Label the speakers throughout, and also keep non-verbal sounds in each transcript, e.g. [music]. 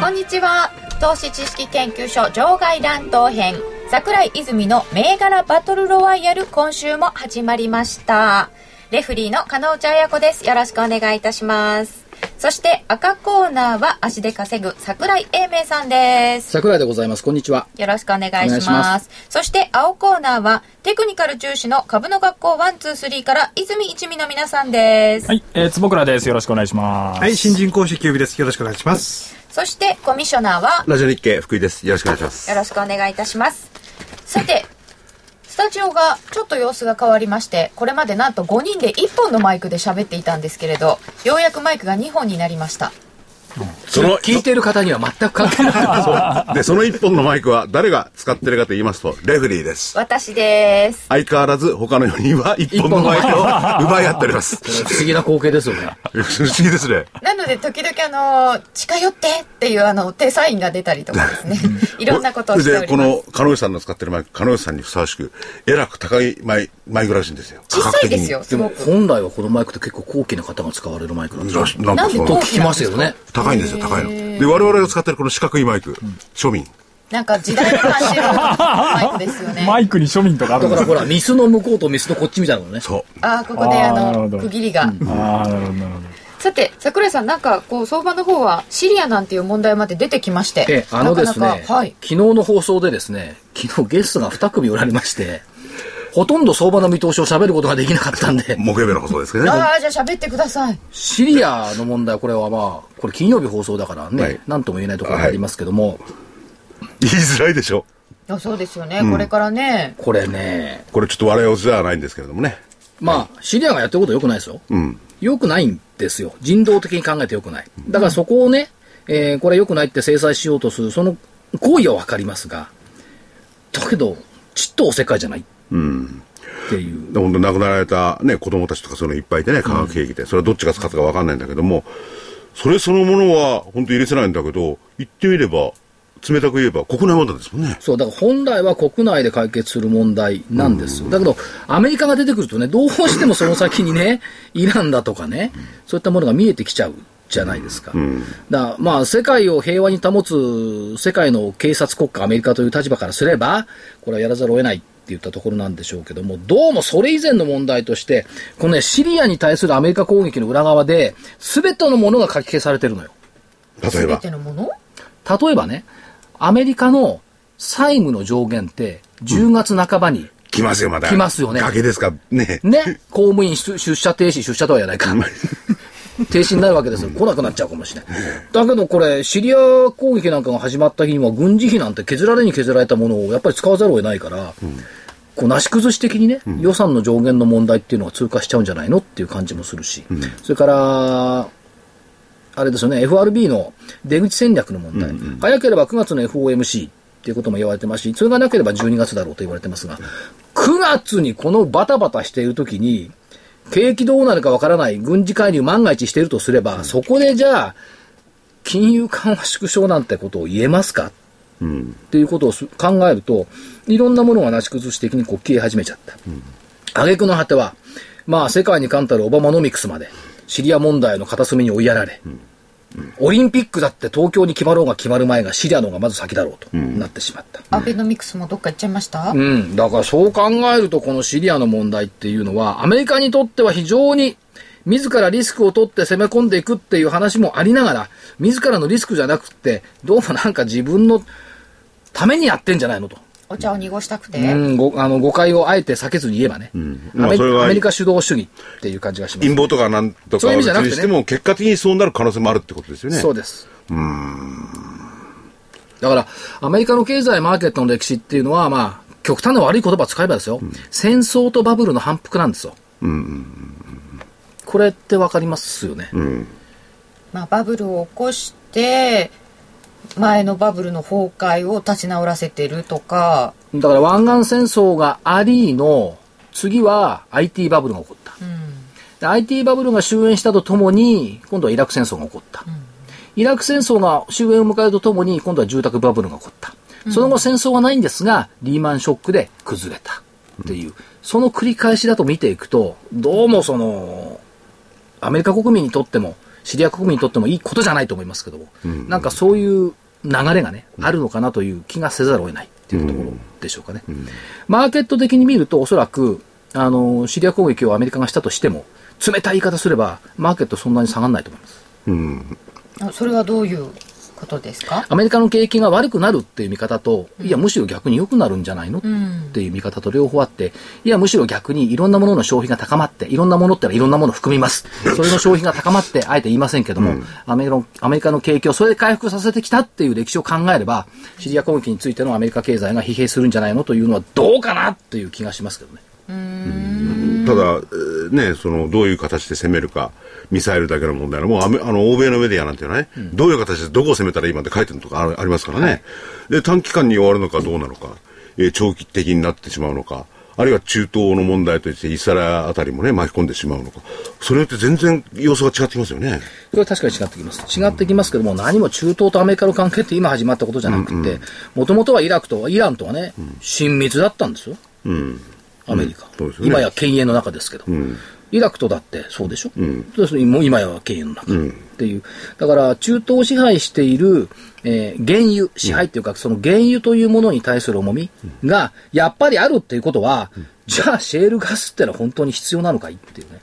Speaker 1: こんにちは投資知識研究所場外乱闘編桜井泉の銘柄バトルロワイヤル今週も始まりましたレフリーの金内彩子ですよろしくお願いいたしますそして赤コーナーは足で稼ぐ桜井英明さんです
Speaker 2: 桜井でございますこんにちは
Speaker 1: よろしくお願
Speaker 2: お
Speaker 1: いし
Speaker 2: 願
Speaker 1: ま
Speaker 2: い
Speaker 1: す
Speaker 2: します
Speaker 1: そして青コーナーはテクニカル重視の株の学校123から泉一味の皆さんです、
Speaker 3: はい、えー、坪倉です。よろしくお願いします。
Speaker 4: はい、新人講師キュービです。よろしくお願いします。
Speaker 1: そしてコミッショナーは
Speaker 5: ラジオ日経福井です。よろしくお願いします。
Speaker 1: よろしくお願いいたします。さて、スタジオがちょっと様子が変わりまして、これまでなんと5人で1本のマイクで喋っていたんですけれど、ようやくマイクが2本になりました。
Speaker 5: その、
Speaker 2: 聞いてる方には全く関係ない
Speaker 5: で、その一本のマイクは誰が使ってるかと言いますと、レフェリーです。
Speaker 1: 私です。
Speaker 5: 相変わらず他の4人は一本のマイクを奪い合っております。
Speaker 2: 不思議な光景ですよね
Speaker 5: 不思議ですね。
Speaker 1: なので時々あの、近寄ってっていうあの、手サインが出たりとかですね、いろんなことをしてお
Speaker 5: で、
Speaker 1: り
Speaker 5: こ
Speaker 1: ます。
Speaker 5: の、カノエさんの使ってるマイク、カノエさんにふさわしく、えらく高いマイマイクらしいんですよ。
Speaker 1: 小さいですよ、す
Speaker 2: で
Speaker 1: ご
Speaker 2: も
Speaker 1: く。
Speaker 2: 本来はこのマイクって結構高貴な方が使われるマイクなんですよ
Speaker 5: らしなんかそ
Speaker 2: と
Speaker 5: の
Speaker 2: 聞きますよね
Speaker 5: 高いんですよ、高いの。で、我々が使ってるこの四角いマイク、庶民。
Speaker 1: なんか時代を感じるマ [laughs] イクですよね。
Speaker 3: マイクに庶民とかある
Speaker 2: だ
Speaker 3: ん
Speaker 2: か
Speaker 3: です
Speaker 2: ら
Speaker 3: か
Speaker 2: ほらミスの向こうとミスのこっちみたいなのね
Speaker 5: そう。
Speaker 1: ああ、ここであ
Speaker 3: あーなる
Speaker 1: の
Speaker 3: ほ、ど
Speaker 1: 区切りが。
Speaker 3: ああ、なるほど、なるほ
Speaker 1: さて桜井さんなんかこう相場の方はシリアなんていう問題まで出てきまして、
Speaker 2: ええあのですね
Speaker 1: なかなかはい
Speaker 2: 昨日の放送でですね昨日ゲストが2組おられましてほとんど相場の見通しを喋ることができなかったんで
Speaker 5: 木曜日の放送ですけどね。
Speaker 1: ああじゃあ喋ってください
Speaker 2: シリアの問題これはまあこれ金曜日放送だからね、
Speaker 5: はい
Speaker 2: なんとも言えないところがありますけども、
Speaker 5: 言いづらいでしょ。
Speaker 1: いやそうですよね、これからね
Speaker 2: これね
Speaker 5: これちょっと笑い落ちではないんですけれどもね。
Speaker 2: まあシリアがやってることは良くないですよ、
Speaker 5: うん。
Speaker 2: 良くないんですよ。人道的に考えて良くない。だからそこをね、えーこれ良くないって制裁しようとする、その行為はわかりますが、だけど、ちっとおせっかいじゃないっていう。
Speaker 5: 本当亡くなられた、ね、子供たちとかそういうのいっぱいいてね化学兵器で、それはどっちが使ったか分かんないんだけどもそれそのものは本当許せないんだけど言ってみれば冷たく言えば国内問題ですもんね
Speaker 2: そう、だから本来は国内で解決する問題なんですよ。だけど、アメリカが出てくるとね、どうしてもその先にね、イランだとかね、そういったものが見えてきちゃう。じゃないですか。だから、まあ、世界を平和に保つ、世界の警察国家、アメリカという立場からすれば、これはやらざるを得ないって言ったところなんでしょうけども、どうもそれ以前の問題として、このね、シリアに対するアメリカ攻撃の裏側で、すべてのものが書き消されてるのよ。
Speaker 5: 例え
Speaker 1: 全
Speaker 5: ば
Speaker 1: てのもの
Speaker 2: 例えばね、アメリカの債務の上限って、10月半ばに、
Speaker 5: 来ますよまだ
Speaker 2: 来ますよね
Speaker 5: 崖ですかね
Speaker 2: ね、公務員出出社停止、出社とはやない [laughs] か。停止になるわけですよ。来なくなっちゃうかもしれない。だけどこれ、シリア攻撃なんかが始まった日には、軍事費なんて削られに削られたものをやっぱり使わざるを得ないから、こうなし崩し的にね、予算の上限の問題っていうのが通過しちゃうんじゃないのっていう感じもするし、それから、あれですよね、FRB の出口戦略の問題、早ければ9月の FOMC っていうことも言われてますし、それがなければ12月だろうと言われてますが、9月にこのバタバタしているときに、景気どうなるかわからない、軍事介入万が一しているとすれば、そこでじゃあ、金融緩和縮小なんてことを言えますか、っていうことをす考えると、いろんなものがなし崩し的にこう消え始めちゃった。挙句の果ては、まあ、世界に冠たるオバマノミクスまで、シリア問題の片隅に追いやられ、オリンピックだって東京に決まろうが決まる前がシリアの方がまず先だろうとなってしまった。
Speaker 1: アベノミクスもどっか行っちゃいました、
Speaker 2: うん、だからそう考えると、このシリアの問題っていうのは、アメリカにとっては非常に、自らリスクを取って攻め込んでいくっていう話もありながら、自らのリスクじゃなくって、どうもなんか自分のためにやってんじゃないのと。
Speaker 1: お茶を濁したくて、
Speaker 2: うん、ごあの誤解をあえて避けずに言えばね、
Speaker 5: まあ
Speaker 2: アメリ
Speaker 5: それは
Speaker 2: アメリカ主導主義っていう感じがします。
Speaker 5: 陰謀とかなんとか
Speaker 2: そういう意味じゃなくてね
Speaker 5: にしても結果的にそうなる可能性もあるってことですよね
Speaker 2: そうです。だから、アメリカの経済マーケットの歴史っていうのは、まあ、極端な悪い言葉を使えばですよ、戦争とバブルの反復なんですよ。これってわかりますよね。
Speaker 1: まあ、バブルを起こして前のバブルの崩壊を立ち直らせてるとか、
Speaker 2: だから湾岸戦争がありの次は IT バブルが起こった。で IT バブルが終焉したとともに、今度はイラク戦争が起こった。イラク戦争が終焉を迎えるとともに、今度は住宅バブルが起こった。その後戦争はないんですが、リーマンショックで崩れたっていう、その繰り返しだと見ていくと、どうもその、アメリカ国民にとっても、シリア国民にとってもいいことじゃないと思いますけども、なんかそういう流れがね、あるのかなという気がせざるを得ないっていうところでしょうかね。マーケット的に見ると、おそらく、あの、シリア攻撃をアメリカがしたとしても、冷たい言い方すれば、マーケットそんなに下がらないと思います。
Speaker 1: あそれはどういうことですか
Speaker 2: アメリカの景気が悪くなるっていう見方と、いや、むしろ逆に良くなるんじゃないの、っていう見方と両方あって、いや、むしろ逆にいろんなものの消費が高まって、いろんなものってのはいろんなものを含みます。それの消費が高まって、あえて言いませんけども、アメリカのアメリカの景気をそれで回復させてきたっていう歴史を考えれば、シリア攻撃についてのアメリカ経済が疲弊するんじゃないのというのはどうかなっていう気がしますけどね。
Speaker 5: ただ、えーね、そのどういう形で攻めるか、ミサイルだけの問題なのもうアメあの欧米のメディアなんていうのはね、どういう形でどこを攻めたらいいまで書いてるとかあありますからね、で短期間に終わるのかどうなのか、えー長期的になってしまうのか、あるいは中東の問題として、イスラエルあたりもね、巻き込んでしまうのか、それによって全然様子が違ってきますよね。
Speaker 2: これは確かに違ってきます。違ってきますけども、何も中東とアメリカの関係って今始まったことじゃなくて、もともとはイラクとイランとはね、親密だったんですよ。アメリカ。
Speaker 5: そうですよね
Speaker 2: 今や犬猿の中ですけど。イラクとだってそうでしょ、そうですもう今や犬猿の中、っていう。だから中東を支配している、えー原油、支配っていうか、その原油というものに対する重みが、やっぱりあるっていうことは、じゃあシェールガスってのは本当に必要なのかいっていうね。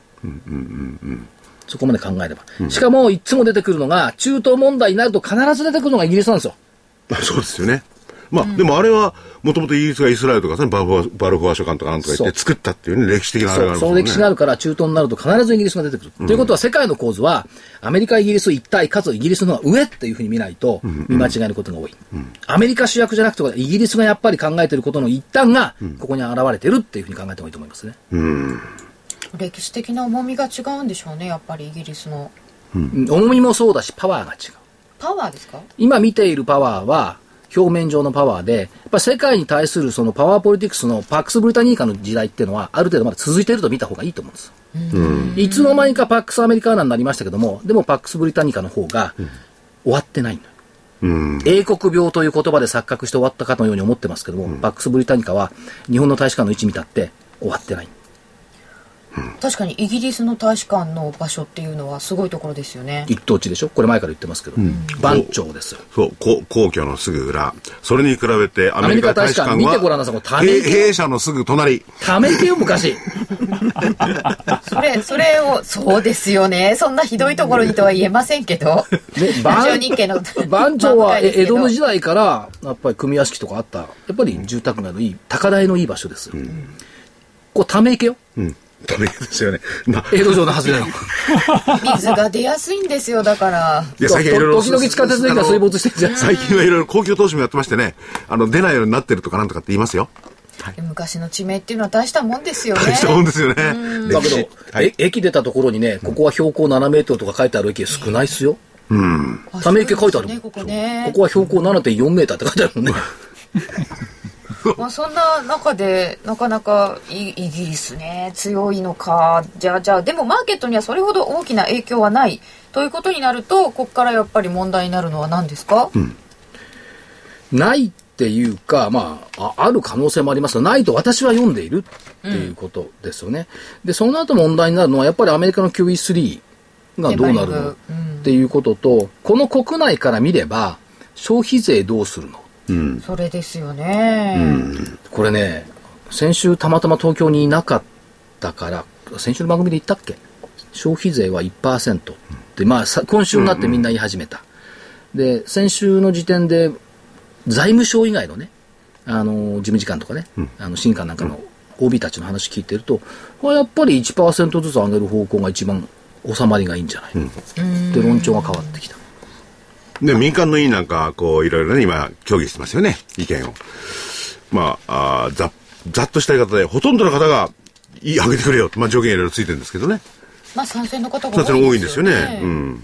Speaker 2: そこまで考えれば。しかも、いつも出てくるのが、中東問題になると必ず出てくるのがイギリスなんですよ。
Speaker 5: あ [laughs] そうですよね。まあ、でもあれは、もともとイギリスがイスラエルとかさ、バルフォアバルフォア書簡とかなんとか言って
Speaker 2: そう
Speaker 5: 作ったっていうね、歴史的なあれがあ
Speaker 2: そうそ
Speaker 5: りますよ
Speaker 2: の
Speaker 5: ね。
Speaker 2: 歴史があるから、中東になると必ずイギリスが出てくる。ということは、世界の構図は、アメリカ、イギリス一体、かつイギリスの方が上っていうふうに見ないと、見間違えることが多い。アメリカ主役じゃなくて、イギリスがやっぱり考えてることの一端が、ここに現れてるっていうふうに考えた方がいいと思いますね。
Speaker 1: 歴史的な重みが違うんでしょうね、やっぱりイギリスの。
Speaker 2: うん重みもそうだし、パワーが違う。
Speaker 1: パワーですか
Speaker 2: 今見ているパワーは、表面上のパワーで、やっぱ世界に対するそのパワーポリティクスのパックス・ブリタニーカの時代っていうのは、ある程度まだ続いていると見た方がいいと思うんですよ。いつの間にかパックス・アメリカーナになりましたけども、でもパックス・ブリタニカの方が終わってないのよ。英国病という言葉で錯覚して終わったかのように思ってますけども、パックス・ブリタニカは日本の大使館の位置見たって終わってない。
Speaker 1: 確かにイギリスの大使館の場所っていうのはすごいところですよね。
Speaker 2: 一等地でしょこれ前から言ってますけど、番長ですよ。
Speaker 5: そう、こ皇居のすぐ裏。それに比べて、アメリカ大使館は、
Speaker 2: アメリカ大使館見てごらんなさいこのため
Speaker 5: へ
Speaker 2: 池
Speaker 5: 弊社のすぐ隣。
Speaker 2: ため池よ、昔。
Speaker 1: それ、それを、そうですよね。そんなひどいところにとは言えませんけ [laughs] ど。
Speaker 2: [laughs] ね
Speaker 1: ラジオ
Speaker 2: 番
Speaker 1: 日 [laughs] 経の
Speaker 2: 番長は
Speaker 1: 真ん中で
Speaker 2: え
Speaker 1: すけ
Speaker 2: 江
Speaker 1: ど
Speaker 2: 戸の時代からやっぱり組屋敷とかあったやっぱり住宅街のいい高台のいい場所ですよ、こうため池よ
Speaker 5: うん。ため池ですよね。まあ、
Speaker 2: 江戸城の外れの
Speaker 1: 水が出やすいんですよ、だから。
Speaker 5: いや、最近いろいろ。
Speaker 2: 時々地下鉄の駅が水没してるじゃん
Speaker 5: あの最近はいろいろ公共投資もやってましてね、あの、出ないようになってるとかなんとかって言いますよ。
Speaker 1: 昔の地名っていうのは大したもんですよね。
Speaker 5: 大したもんですよね。
Speaker 2: だ
Speaker 5: 歴
Speaker 2: けど、
Speaker 5: 史。は
Speaker 2: え
Speaker 5: い。
Speaker 2: 駅出たところにねここは標高7メートルとか書いてある駅少ないっすよ
Speaker 1: あ
Speaker 2: ため池書いてあるもん
Speaker 1: そうですねここね。
Speaker 2: ここは標高7.4メーターって書いてあるもんね
Speaker 1: まあ、そんな中でなかなかイイギリスね強いのかじゃあじゃあでもマーケットにはそれほど大きな影響はないということになるとここからやっぱり問題になるのは何ですか、
Speaker 2: ないっていうか、まあ、あある可能性もありますがないと私は読んでいるっていうことですよね。で、その後問題になるのは、やっぱりアメリカの QE3 がどうなる
Speaker 1: 粘
Speaker 2: の
Speaker 1: りがうん
Speaker 2: っていうことと、この国内から見れば、消費税どうするの
Speaker 1: それですよね、
Speaker 2: これね、先週たまたま東京にいなかったから、先週の番組で言ったっけ消費税は1%って、まあ、さ今週になってみんな言い始めた。で、先週の時点で、財務省以外のね、あの、事務次官とかね、あの、新官なんかの OB たちの話聞いてると、これはやっぱり1%ずつ上げる方向が一番収まりがいいんじゃない、って論調が変わってきた。
Speaker 5: で、民間の委員なんか、こう、いろいろね、今、協議してますよね、意見を。まあ、あーざ、ざっとした言い方で、ほとんどの方が、いい、上げてくれよ。まあ、条件いろいろついてるんですけどね。
Speaker 1: まあ賛成の方が
Speaker 5: そっちの方が多いんですよね。う
Speaker 1: うん
Speaker 5: ん。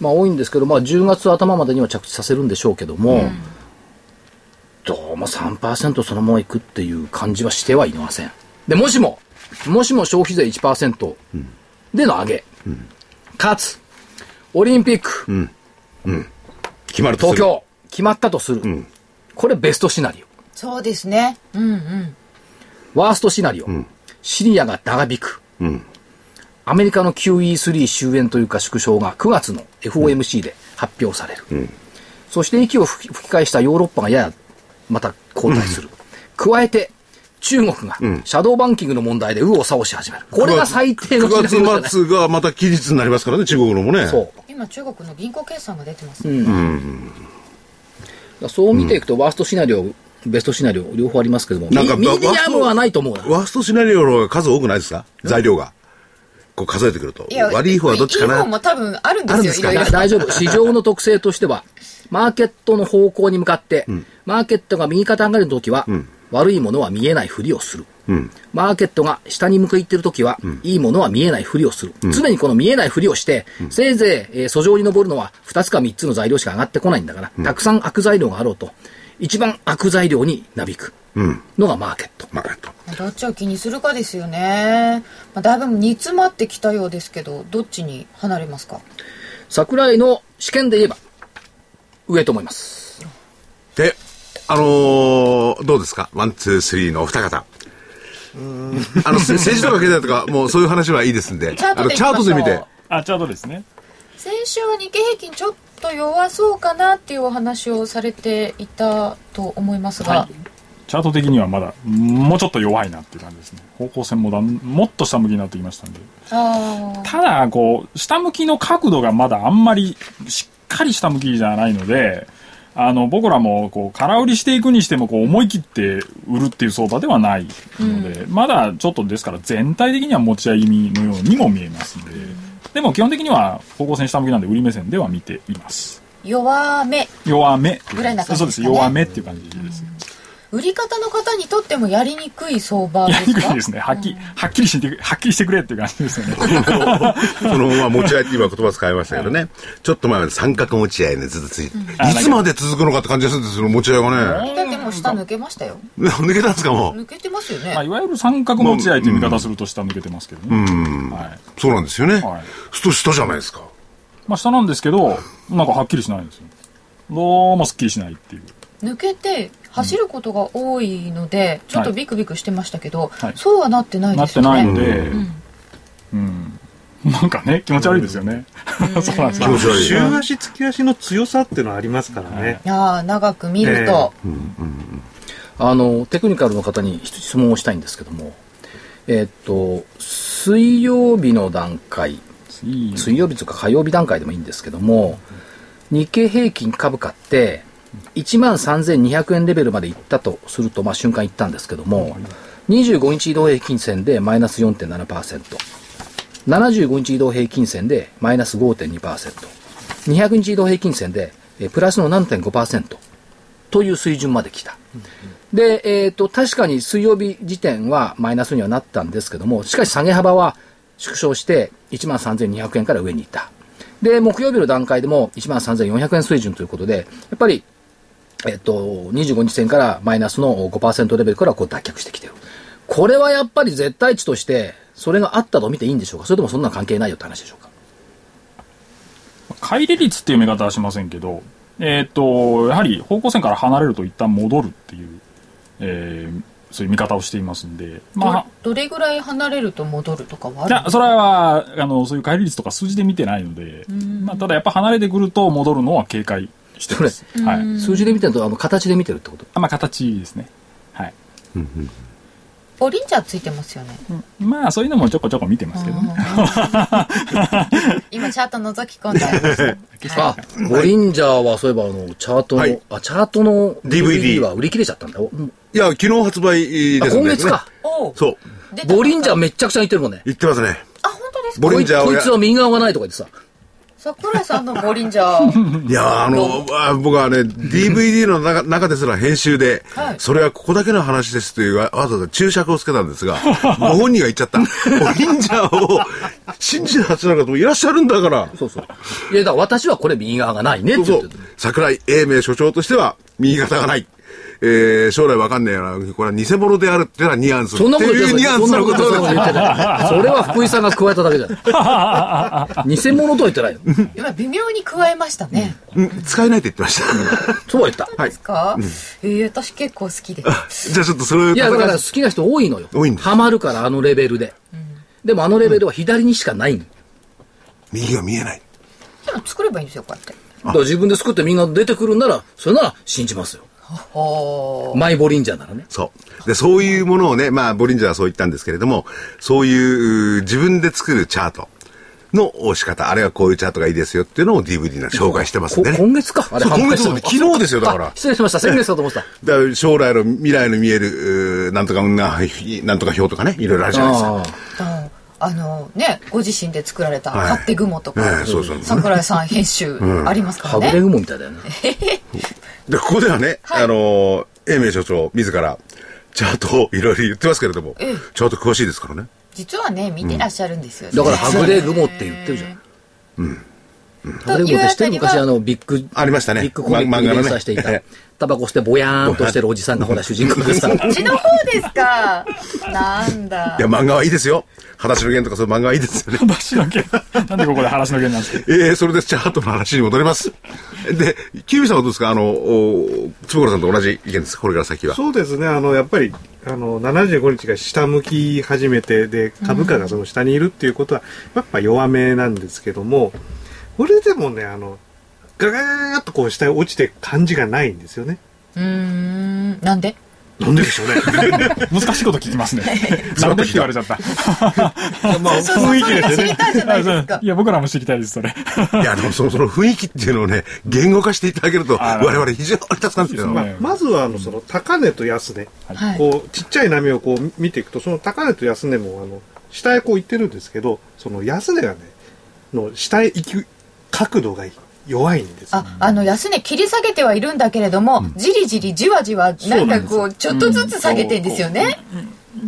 Speaker 2: まあ多いんですけど、まあ10月頭までには着地させるんでしょうけども、どうも3%そのままいくっていう感じはしてはいません。で、もしも、もしも消費税1%での上げ、かつ、オリンピック、
Speaker 5: 決まると
Speaker 2: 東
Speaker 5: する
Speaker 2: 京、決まったとする。これベストシナリ
Speaker 1: そうですね。うんうん。
Speaker 2: オ。ワーストシナリオ。シリアが長引く。
Speaker 5: うん
Speaker 2: アメリカの QE3 終焉というか縮小が9月の FOMC で発表される。そして息を吹き吹き返したヨーロッパがややまた後退する。加えて、中国がシャドーバンキングの問題で右往左往し始める。これが最低のシナリオじゃ
Speaker 5: 9
Speaker 2: ない
Speaker 5: 月末がまた期日になりますからね、中国のもね。
Speaker 2: そう。
Speaker 1: 今中国の銀行決算が出てます、
Speaker 2: だからそう見ていくと、ワーストシナリオ、ベストシナリオ、両方ありますけども、
Speaker 5: なんか
Speaker 2: ミミ
Speaker 5: ワ
Speaker 2: ディアムはないと思うな。
Speaker 5: ワーストシナリオの方が数多くないですか材料が。こう数えてくると。悪い方はどっちか
Speaker 1: いい
Speaker 5: な
Speaker 1: 方も多分あるんで
Speaker 5: あるん
Speaker 1: す
Speaker 5: で
Speaker 1: よ、
Speaker 5: す
Speaker 1: い
Speaker 5: か
Speaker 1: ろいろ
Speaker 2: だ。大丈夫。市場の特性としては、マーケットの方向に向かって、マーケットが右肩上がりの時は、悪いものは見えないふりをする。マーケットが下に向かいってる時は、いいものは見えないふりをする。常にこの見えないふりをして、せいぜい、えー訴状に上るのは2つか3つの材料しか上がってこないんだから、たくさん悪材料があろうと、一番悪材料になびく
Speaker 5: うん。
Speaker 2: のがマーケット。
Speaker 5: まあ、えっと
Speaker 1: どっちを気にするかですよね。まあ、だいぶ煮詰まってきたようですけど、どっちに離れますか
Speaker 2: 桜井の試験で言えば、上と思います。
Speaker 5: で、あのーどうですかワン、ツー、スリーのお二方。あの、せ政治とか経済とか、もうそういう話はいいですんで、
Speaker 1: チャー
Speaker 5: あ
Speaker 1: ト
Speaker 5: の、
Speaker 1: でいきましょ
Speaker 5: チ
Speaker 1: う
Speaker 5: ャートで見て、
Speaker 3: あ、ちょうどですね。
Speaker 1: 先週は日経平均ちょっと弱そうかなっていうお話をされていたと思いますが、
Speaker 3: はいチャート的にはまだ、もうちょっと弱いなっていう感じですね。方向線もだん、もっと下向きになってきましたんで。
Speaker 1: あ
Speaker 3: ただ、こう、下向きの角度がまだあんまりしっかり下向きじゃないので、あの、僕らも、こう、空売りしていくにしても、こう、思い切って売るっていう相場ではないので、まだちょっとですから、全体的には持ち合い気味のようにも見えますんで、でも基本的には方向線下向きなんで、売り目線では見ています。
Speaker 1: ー弱め
Speaker 3: 弱めってう
Speaker 1: ぐらいな感じ
Speaker 3: そ
Speaker 1: で
Speaker 3: うですす、
Speaker 1: かね
Speaker 3: 弱めっていう感じです。
Speaker 1: 売り方の方にとってもやりにくい相場で
Speaker 3: やり
Speaker 1: す
Speaker 3: にくい
Speaker 1: か
Speaker 3: ですね。はっきり、はっきりして、はっきりしてくれっていう感じですよね。
Speaker 5: その、まあ、持ち合いって今言葉使いましたけどね、ちょっと前まで三角持ち合いね、ずっとついて、いつまで続くのかって感じがするんですよ、持ち合いがね。
Speaker 1: だってもう下抜けましたよ
Speaker 5: [laughs] 抜けたんですか、もう。
Speaker 1: 抜けてますよ
Speaker 3: [laughs] まあ、
Speaker 1: ね
Speaker 3: いわゆる三角持ち合いという見方すると下向けてますけどね。はい。
Speaker 5: そうなんですよね。
Speaker 3: はい
Speaker 5: すと下じゃないですか。
Speaker 3: まあ、下なんですけど、なんかはっきりしないんですよ。どうもすっきりしないっていう。
Speaker 1: 抜けて走ることが多いのでちょっとビクビクしてましたけど、
Speaker 3: はい
Speaker 1: そうはなってない
Speaker 3: な
Speaker 1: で
Speaker 3: っ
Speaker 1: す
Speaker 3: て
Speaker 1: よ
Speaker 3: ない
Speaker 1: ね
Speaker 3: ので、うん。なんかね、気持ち悪いですよね。そうなんですよ。
Speaker 5: ち悪い
Speaker 4: 週足、月足の強さっていうのはありますからね。
Speaker 1: ああ長く見ると、
Speaker 2: あの、テクニカルの方に質質問をしたいんですけども、えーっと、水曜日の段階、
Speaker 3: いい
Speaker 2: 水曜日とか火曜日段階でもいいんですけども、日経平均株価って、1万3200円レベルまで行ったとすると、まあ瞬間行ったんですけども、25日移動平均線でマイナス4.7%、75日移動平均線でマイナス5.2%、200日移動平均線でえプラスの7.5%という水準まで来た。で、えっ、と、確かに水曜日時点はマイナスにはなったんですけども、しかし下げ幅は縮小して1万3200円から上にいった。で、木曜日の段階でも1万3400円水準ということで、やっぱり、えっ、と、25日線からマイナスの5%レベルからこう脱却してきてる。これはやっぱり絶対値として、それがあったと見ていいんでしょうかそれともそんな関係ないよって話でしょうか
Speaker 3: 乖離率っていう見方はしませんけど、えーっと、やはり方向線から離れると一旦戻るっていう、えーそういう見方をしていますんで、まあ、
Speaker 1: どどれぐらい離れると戻るとかはあ
Speaker 3: い
Speaker 1: る
Speaker 3: や、それは、あの、そういう帰り率とか数字で見てないので、まあ、ただやっぱ離れてくると戻るのは警戒してます。はい。
Speaker 2: 数字で見てると、あの、形で見てるってこと
Speaker 3: あまあ、形ですね。はい。
Speaker 1: ボリンジャーついてますよね
Speaker 3: まあ、そういうのもちょこちょこ見てますけどね。
Speaker 1: 今チャート覗き込んでありま
Speaker 3: [laughs]
Speaker 1: した
Speaker 2: あ、ボリンジャーはそういえばあの、チャートの、
Speaker 5: はい
Speaker 2: あ、チャートの
Speaker 5: DVD
Speaker 2: は売り切れちゃったんだよ。うん
Speaker 5: いや、昨日発売
Speaker 2: あ
Speaker 5: ですね。
Speaker 2: 今月か。
Speaker 1: おう
Speaker 5: そう。
Speaker 1: 出た
Speaker 2: ボリンジャーめっちゃくちゃ似てるもんね。
Speaker 5: 言ってますね。
Speaker 1: あ本当ですか
Speaker 5: ボリンジャー
Speaker 2: こ
Speaker 5: を
Speaker 2: い
Speaker 5: や
Speaker 2: こいつは右側がないとか言ってさ。
Speaker 1: 桜井さんのボリンジャー。
Speaker 3: [laughs]
Speaker 5: いやーあの、あ僕はね、DVD の中中ですら編集で、
Speaker 1: はい
Speaker 5: それはここだけの話ですというわわざわざ注釈をつけた
Speaker 2: [laughs]
Speaker 5: んですが、ご本人が言っちゃった。もう忍者を信じるはずなんかもいらっしゃるんだから。
Speaker 2: そうそう。いや、だから私はこれ右側がないねって
Speaker 5: そ
Speaker 2: 言っ
Speaker 5: う
Speaker 2: てた。。
Speaker 5: 桜井英明所長としては、右肩がない。えー、将来わかんねえな。これは偽物であるっていうのはニュアンス。
Speaker 2: そんなこと
Speaker 5: って
Speaker 2: 言っ
Speaker 5: いうニ
Speaker 2: て
Speaker 5: ュア
Speaker 2: ない。
Speaker 5: ン
Speaker 2: そ
Speaker 5: ス
Speaker 2: んな
Speaker 5: の
Speaker 2: こ
Speaker 5: ことと
Speaker 2: 言ってない。それは福井さんが加えただけじゃ
Speaker 5: [laughs]
Speaker 2: ない。偽物とは言ってないよ。
Speaker 1: 今微妙に加えましたね。
Speaker 5: うん使えないって言ってました。
Speaker 2: そうは言った。
Speaker 5: はい
Speaker 1: ですか、ええ私結構好き
Speaker 3: [laughs]
Speaker 1: で。
Speaker 5: じゃあちょっとそれを
Speaker 2: いや、だから
Speaker 5: 戦
Speaker 2: 好き
Speaker 5: い
Speaker 2: な人多いのよ。
Speaker 5: 多いんです
Speaker 2: ハマるから、あのレベルで。でもあのレベルは左にしかないの。
Speaker 5: 右が見えない。
Speaker 1: でも作ればいいんですよ、こうやって。
Speaker 2: だから自分で作ってみんな出てくるんなら、それなら信じますよ。
Speaker 1: は
Speaker 2: マイボリンジャーならね。
Speaker 5: そう。で、そういうものをね、まあ、ボリンジャーはそう言ったんですけれども、そういうう自分で作るチャートの仕方、あるいはこういうチャートがいいですよっていうのを DVD な紹介してますん
Speaker 2: こ
Speaker 5: でね。
Speaker 2: 今月か。あれ、
Speaker 5: そう今月
Speaker 2: 発
Speaker 5: も
Speaker 2: 表したの
Speaker 5: 昨日ですよ、だから
Speaker 2: あ。失礼しました。先月だと思ってた。
Speaker 5: だから将来の未来の見える、うーなんとかうんな、なんとか表とかね、いろいろあるじゃないですか。
Speaker 1: あ。あのね、ご自身で作られた
Speaker 5: はい
Speaker 1: 勝手雲とか、
Speaker 5: ええそうそう
Speaker 1: 桜井さん編集ありますか
Speaker 2: は
Speaker 1: ら
Speaker 2: ぐれ
Speaker 1: ね。
Speaker 2: 雲みたいだよね。
Speaker 5: で、ここではね、
Speaker 1: はい
Speaker 5: あのー、英明所長、自ら、チャートをいろいろ言ってますけれども、
Speaker 1: ええ
Speaker 5: チャート詳しいですからね。
Speaker 1: 実はね、見てらっしゃるんですよ、ね
Speaker 2: だから、はぐれ雲って言ってるじゃん。うん。はぐれ雲って知ってる
Speaker 1: というあたりは
Speaker 2: 昔あの、ビッグ、
Speaker 5: ありましたね
Speaker 2: ビッグコミック
Speaker 5: ま
Speaker 2: に
Speaker 5: 漫画の
Speaker 2: 連
Speaker 5: ね
Speaker 2: 載していた。タバコしてぼやーんとしてるおじさんが
Speaker 5: [laughs]
Speaker 2: ほら主人公でさ。
Speaker 1: こっちの方ですか。なんだ
Speaker 5: いや、。漫画はいいですよ。裸足の弦とかそういう漫画はいいです
Speaker 3: [laughs]
Speaker 5: よね。
Speaker 3: 話の件。なんでここで話の件なんですか
Speaker 5: ええそれでチャートの話に戻ります。で、キュービーさんはどうですかあの、お坪倉さんと同じ意見です。これから先は。
Speaker 4: そうですね、あの、やっぱり、あの、75日が下向き始めて、で、株価がその下にいるっていうことは、やっぱ弱めなんですけども、これでもね、あの、ガガーッとこう下へ落ちていく感じがないんですよね。
Speaker 1: うーん、なんで。
Speaker 4: なんででしょうね。
Speaker 3: 難しいこと聞きま
Speaker 1: [laughs]
Speaker 3: すね。なんでって言われちゃった。。
Speaker 1: まあ、雰囲気ですね。知りたいじゃないですか
Speaker 3: いや、僕らも知りたいです、それ。 [laughs]
Speaker 5: いや、でもその、その雰囲気っていうのをね、言語化していただけると、
Speaker 3: あ
Speaker 5: 我
Speaker 3: ら
Speaker 5: 々非常に助かるんですよ。
Speaker 3: そう
Speaker 5: まあ
Speaker 3: ね
Speaker 4: [laughs] まずは、あの、その、高値と安値。
Speaker 1: はい。
Speaker 4: こう、ちっちゃい波をこう見ていくと、その高値と安値も、あの、下へこう行ってるんですけど、その安値がね、の下へ行く角度が弱いんですよ
Speaker 1: あ、あの、安値切り下げてはいるんだけれども、じりじりじわじわ、なんかこう、ちょっとずつ下げてんですよね。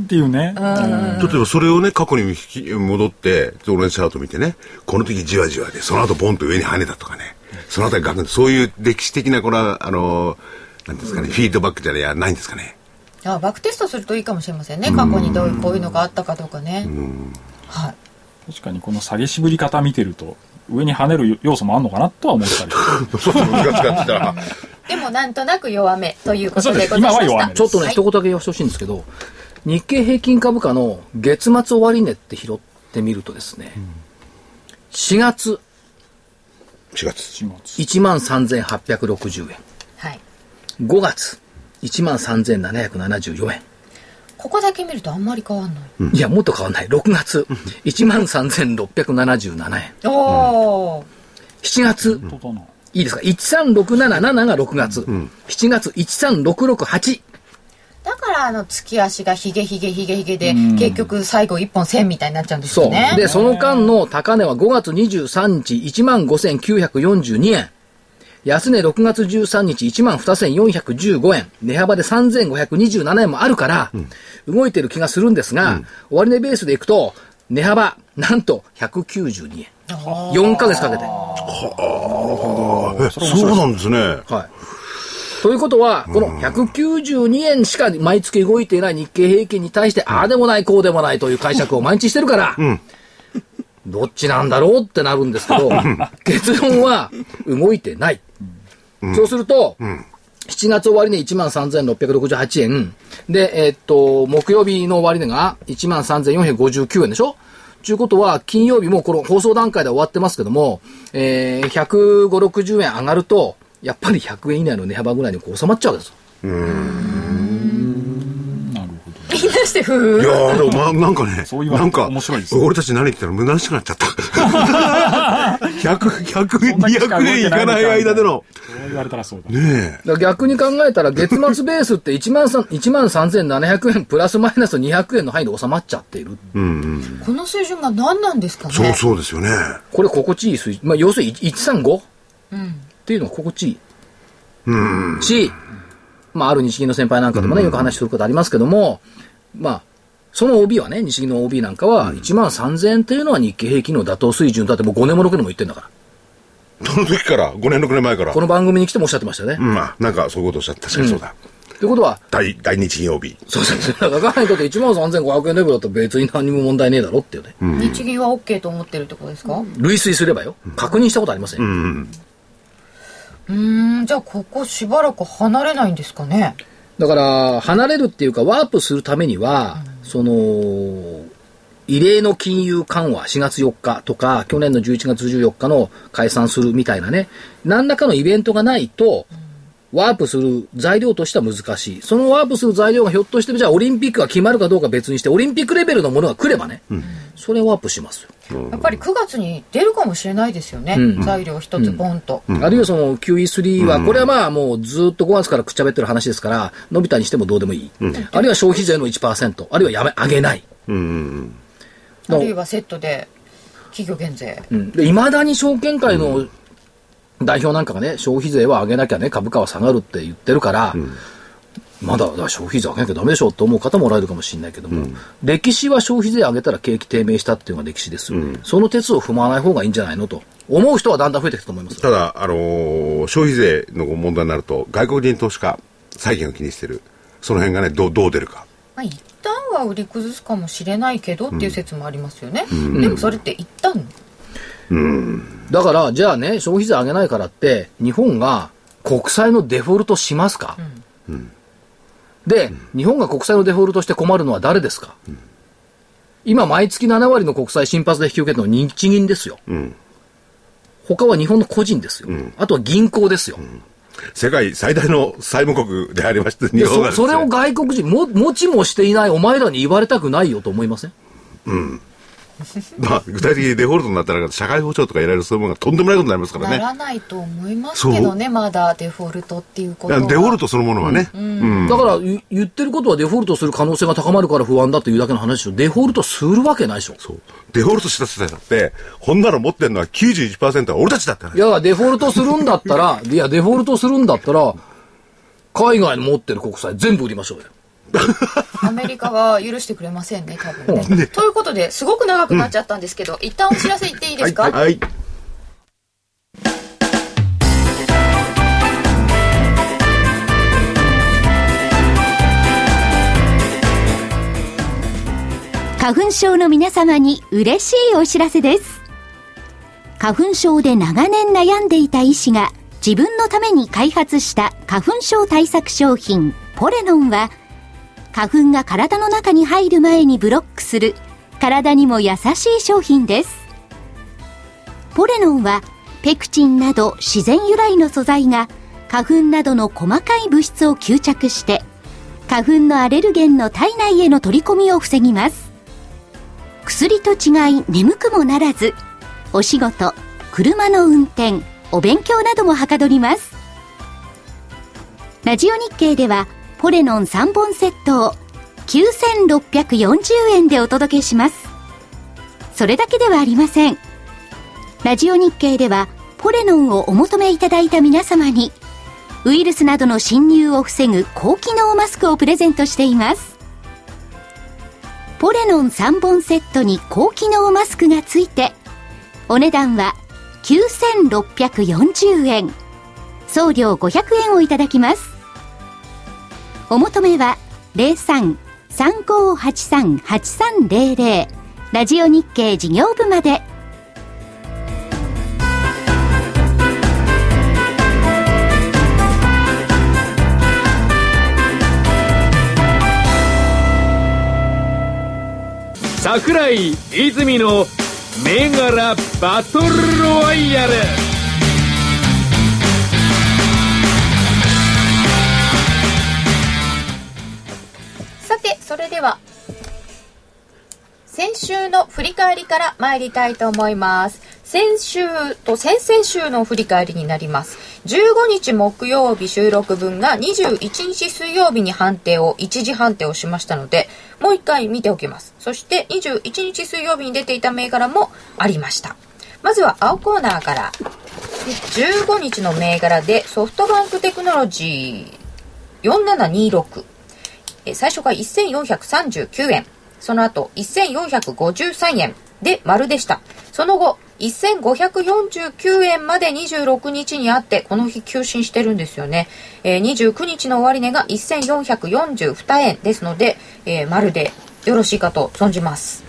Speaker 3: っていうね。うん
Speaker 5: 例えばそれをね、過去に引き戻って、俺のチャート見てね、この時じわじわで、その後ボンと上に跳ねたとかね、その後ガクンとそういう歴史的な、これは、あの、なんですかね、フィードバックじゃねえやないんですかね。
Speaker 1: あ、バックテストするといいかもしれませんね。過去にどういう、こういうのがあったかどうかね。はい。
Speaker 3: 確かにこの下げしぶり方見てると、上に跳ねる要素もあんのかなとは思ったり。
Speaker 5: そうそう、ガツガツしたら。
Speaker 1: でも、なんとなく弱めということ
Speaker 3: そう
Speaker 1: で
Speaker 3: です
Speaker 1: ございま
Speaker 3: 今は
Speaker 1: し
Speaker 3: 弱
Speaker 1: た
Speaker 3: め。
Speaker 2: ちょっとね、一言だけ言わせてほしいんですけど、日経平均株価の月末終値って拾ってみるとですね、4月
Speaker 5: 4月。
Speaker 3: 4月
Speaker 2: 1万3860円、
Speaker 1: はい。
Speaker 2: 5月1万3774円、
Speaker 1: ここだけ見るとあんまり変わんない。
Speaker 2: いや、もっと変わんない。6月1万3677円、
Speaker 1: おー。
Speaker 2: 7月、
Speaker 3: 本当だな。
Speaker 2: いいですか、13677が6月、7月13668、
Speaker 1: だからあの月足がヒゲヒゲヒゲヒゲで、結局最後一本線みたいになっちゃうんです
Speaker 2: そ
Speaker 1: よ
Speaker 2: う。
Speaker 1: ね。
Speaker 2: で、その間の高値は5月23日15,942円。安値6月13日12,415円。値幅で3,527円もあるから、動いてる気がするんですが、終値ベースでいくと、値幅、なんと192円。4ヶ月かけて。は
Speaker 5: そうなんですね。
Speaker 2: い。ということは、この192円しか毎月動いていない日経平均に対して、ああでもない、こうでもないという解釈を毎日してるから、どっちなんだろうってなるんですけど、結論は動いてない。そうすると、7月終わり値1万3668円。で、えーっと、木曜日の終値が1万3459円でしょということは、金曜日もうこの放送段階で終わってますけども、えー、105、60円上がると、やっぱり100円以内の値幅ぐらいにこう収まっちゃうわけですよ。
Speaker 3: なるほど。
Speaker 1: 対してふ
Speaker 5: い
Speaker 1: ー。
Speaker 5: やーでも、ま、
Speaker 3: [laughs]
Speaker 5: なんかね、
Speaker 3: そう言わ
Speaker 5: な
Speaker 3: れる
Speaker 5: ん
Speaker 3: と
Speaker 5: か
Speaker 3: 面白いで、すね
Speaker 5: 俺たち何言ったら虚しくなっちゃった。100、100、
Speaker 3: [laughs] そんな期間
Speaker 5: 200
Speaker 3: 動い
Speaker 5: 年
Speaker 3: て
Speaker 5: いか
Speaker 3: の
Speaker 5: ない間での。
Speaker 3: そう言われたらそうだ。
Speaker 5: ね
Speaker 2: だから逆に考えたら、月末ベースって1万3 1万3700円プラスマイナス200円の範囲で収まっちゃっている。
Speaker 5: え。うんうん。
Speaker 1: この水準が何なんですかね。
Speaker 5: そうそうですよね。
Speaker 2: これ心地いい水準。まあ、要するに 135? っていうのが心地いい。
Speaker 5: うん。
Speaker 2: し、まあ、ある日銀の先輩なんかでもね、よく話することありますけども、まあ、その OB はね、日銀の OB なんかは、1万3000円っていうのは日経平均の妥当水準だって、もう5年も6年も言ってんだから。
Speaker 5: その時から、5年、6年前から
Speaker 2: こ。の番組に来てもおっしゃってましたよね。
Speaker 5: うん、まあ、なんかそういうことをおっしゃった。確かにそうだ。
Speaker 2: ということは、
Speaker 5: 大、大日金曜日。
Speaker 2: そうそうそう。だから彼にとって1万3500円レベルだったら別に何も問題ねえだろっていうね。
Speaker 1: 日銀は OK と思ってるってことですかう
Speaker 2: 類推すればよ。確認したことありません。
Speaker 5: うんうん。
Speaker 1: ーん、じゃあここしばらく離れないんですかね。
Speaker 2: だから、離れるっていうか、ワープするためには、その、異例の金融緩和、4月4日とか、去年の11月14日の解散するみたいなね、何らかのイベントがないと、ワープする材料としては難しい。そのワープする材料がひょっとして、じゃあオリンピックが決まるかどうか別にして、オリンピックレベルのものが来ればね、それはワープしますよ。
Speaker 1: やっぱり9月に出るかもしれないですよね。
Speaker 2: うん
Speaker 1: 材料一つボンと。
Speaker 2: あるいはその QE3 は、これはまあもうずっと5月からくっちゃべってる話ですから、伸びたにしてもどうでもいい。あるいは消費税の1%、あるいはやめ、上げない。
Speaker 5: うんうん
Speaker 1: あるいはセットで企業減税。
Speaker 2: いまだに証券会の代表なんかがね、消費税は上げなきゃね、株価は下がるって言ってるから、まだだから消費税上げなきゃダメでしょと思う方もおられるかもしれないけども、歴史は消費税上げたら景気低迷したっていうのが歴史ですよね、その鉄を踏まない方がいいんじゃないのと、思う人はだんだん増えていくと思います。
Speaker 5: ただ、あのー消費税の問題になると、外国人投資家、債券を気にしてる。その辺がね、どう、どう出るか。
Speaker 1: まあ、一旦は売り崩すかもしれないけどっていう説もありますよね。でもそれって一旦
Speaker 2: だから、じゃあね、消費税上げないからって、日本が国債のデフォルトしますか、で、日本が国債のデフォルトして困るのは誰ですか、今、毎月7割の国債新発で引き受けてるのは日銀ですよ。
Speaker 5: ん
Speaker 2: 他は日本の個人ですよ。あとは銀行ですよ。
Speaker 5: 世界最大の債務国でありまして、日
Speaker 2: で
Speaker 5: 本が
Speaker 2: そ
Speaker 5: ですね
Speaker 2: それを外国人も、持ちもしていないお前らに言われたくないよと思いません
Speaker 5: まあ、具体的にデフォルトになったら、社会保障とかいろいろそういうものがとんでもないことになりますから
Speaker 1: な
Speaker 5: ね。
Speaker 1: らないと思いますけどね、まだデフォルトっていうこと
Speaker 5: いや
Speaker 1: は。
Speaker 5: デフォルトそのものはね。うん。
Speaker 2: だから、ゆ言ってることはデフォルトする可能性が高まるから不安だというだけの話でしょ。デフォルトするわけないでしょ。
Speaker 5: そうデフォルトした世代だって、こんなの持ってんのは91%は俺たちだった
Speaker 2: い
Speaker 5: ね。
Speaker 2: や、デフォルトするんだったら、いや、デフォルトするんだったら、海外の持ってる国債全部売りましょうよ。
Speaker 1: アメリカが許してくれませんね、多分
Speaker 5: [laughs]
Speaker 1: ね。ということで、すごく長くなっちゃったんですけど、一旦お知らせいっていいですか、
Speaker 5: はい。はい。
Speaker 6: 花粉症の皆様に嬉しいお知らせです。花粉症で長年悩んでいた医師が自分のために開発した花粉症対策商品ポレノンは花粉が体の中に入る前にブロックする体にも優しい商品です。ポレノンはペクチンなど自然由来の素材が花粉などの細かい物質を吸着して花粉のアレルゲンの体内への取り込みを防ぎます薬と違い眠くもならずお仕事車の運転お勉強などもはかどりますラジオ日経ではポレノン3本セットを9640円でお届けしますそれだけではありませんラジオ日経ではポレノンをお求めいただいた皆様にウイルスなどの侵入を防ぐ高機能マスクをプレゼントしていますポレノン3本セットに高機能マスクがついてお値段は9640円送料500円をいただきますお求めは03-3583-8300ラジオ日経事業部まで
Speaker 7: 桜井泉の銘柄バトルロワイヤル
Speaker 1: さて、それでは先週の振り返りから参りたいと思います。先週と先々週の振り返りになります。15日木曜日収録分が21日水曜日に判定を、一時判定をしましたので、もう一回見ておきます。そして21日水曜日に出ていた銘柄もありました。まずは青コーナーから。で15日の銘柄でソフトバンクテクノロジー4726。えー最初が1439円その後1453円で丸でしたその後1549円まで26日にあってこの日休診してるんですよね、えー29日の終値が1442円ですので、えー丸でよろしいかと存じます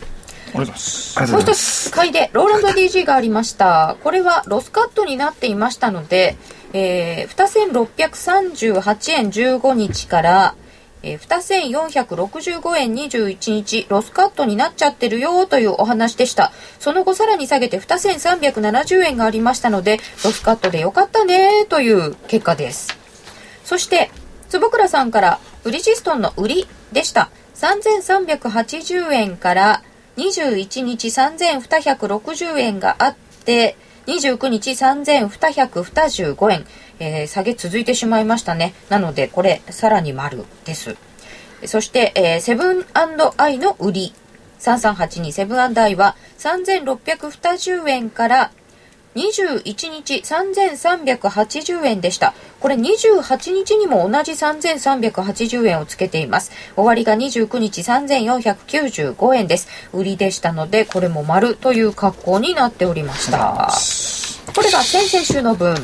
Speaker 3: ありがとうございます。
Speaker 1: もう一つ買いでローランド DG がありましたこれはロスカットになっていましたので、えー、2638円15日から、えー、2465円21日ロスカットになっちゃってるよというお話でしたその後さらに下げて2370円がありましたのでロスカットでよかったねという結果ですそして坪倉さんからブリヂストンの売りでした3380円から21日3260円があって29日3225円、えー下げ続いてしまいましたねなのでこれさらに丸ですそして、えーセブンアイの売り3382セブンアイは3620円から21日3380円でした。これ28日にも同じ3380円をつけています。終わりが29日3495円です。売りでしたので、これも丸という格好になっておりました。これが先々週の分、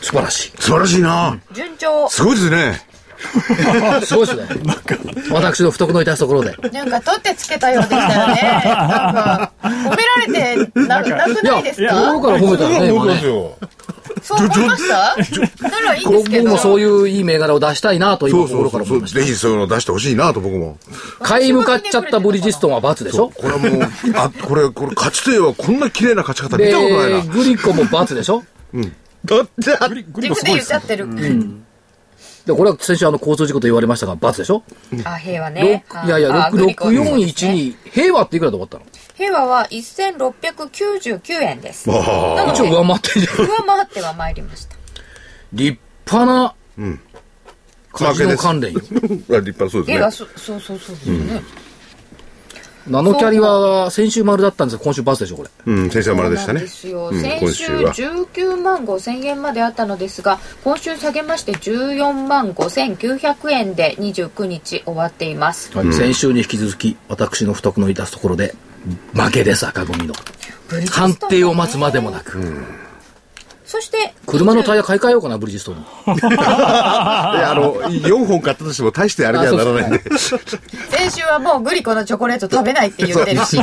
Speaker 2: 素晴ら
Speaker 5: [laughs]
Speaker 2: し
Speaker 5: 素晴らしいな
Speaker 1: 順調。
Speaker 5: すごいですね。
Speaker 2: い。すごいですね。私の不徳の致すところで。
Speaker 8: なんか取ってつけたようでしたよね。なんか、褒められてななく
Speaker 2: い
Speaker 8: な
Speaker 2: や、
Speaker 8: いですか
Speaker 2: 心から褒めたらね、今
Speaker 5: 僕
Speaker 2: ね。
Speaker 5: よ。
Speaker 8: そう思いましたならいいんですけ
Speaker 2: 僕
Speaker 8: ど
Speaker 2: も。そういういい銘柄を出したいなと
Speaker 5: そ
Speaker 2: 今
Speaker 5: うそ
Speaker 2: 心か
Speaker 5: うそ
Speaker 2: ら
Speaker 5: うそ。
Speaker 2: 思いうました。
Speaker 5: ぜひそういうの出してほしいなと僕も。
Speaker 2: 買い向かっちゃったブリヂストンは罰でしょ
Speaker 5: これはもう、あ、これ、これ、勝ちといえばこんな綺麗な勝ち方見
Speaker 2: で
Speaker 5: たことないな。、
Speaker 2: グリコも罰でしょ
Speaker 5: だってあ
Speaker 3: グリグリコ
Speaker 8: 自
Speaker 3: す
Speaker 8: 分で
Speaker 3: ごい
Speaker 8: 言っち
Speaker 3: です
Speaker 8: ゃっ。
Speaker 3: ね
Speaker 8: てる。
Speaker 2: で、これは先週あの交通事故と言われましたが、罰でしょ
Speaker 1: あ、平和ね。
Speaker 2: 六いやいや、
Speaker 1: あグリコですね
Speaker 2: 6412、平和っていくらで終わったの
Speaker 1: 平和は1699円です。
Speaker 5: あ
Speaker 1: なの
Speaker 2: 一応
Speaker 1: で、
Speaker 2: 上回ってんじゃん。
Speaker 1: 上回っては参りました。
Speaker 2: 立派な、カジ
Speaker 5: 負け
Speaker 2: ノ
Speaker 5: です
Speaker 2: 関連よ。
Speaker 5: [laughs] 立派そうです
Speaker 1: 平
Speaker 5: ね
Speaker 1: 和、。そそうそうそうですよね。
Speaker 2: ナノキャリは先週丸だったんですが、今週罰でしょ、これ。
Speaker 5: うん、先生はまれでしたね。
Speaker 1: そう
Speaker 5: う
Speaker 1: なん
Speaker 5: ん
Speaker 1: ですよ
Speaker 5: 今
Speaker 1: 先週
Speaker 5: 週は。
Speaker 1: 19万5000円まであったのですが今週下げまして14万5900円で29日終わっています
Speaker 2: はい先週に引き続き、私の不徳の致すところで、負けです、赤組の。判定を待つまでもなく。
Speaker 1: そして
Speaker 2: 車のタイ
Speaker 1: イ
Speaker 2: ヤ買い替えようかな、ブリヂストンの。
Speaker 5: で、あの、4本買ったとしても大してあれにはならないんで。
Speaker 8: 先週はもうグリコのチョコレート食べないって言って
Speaker 2: [laughs]
Speaker 8: るし。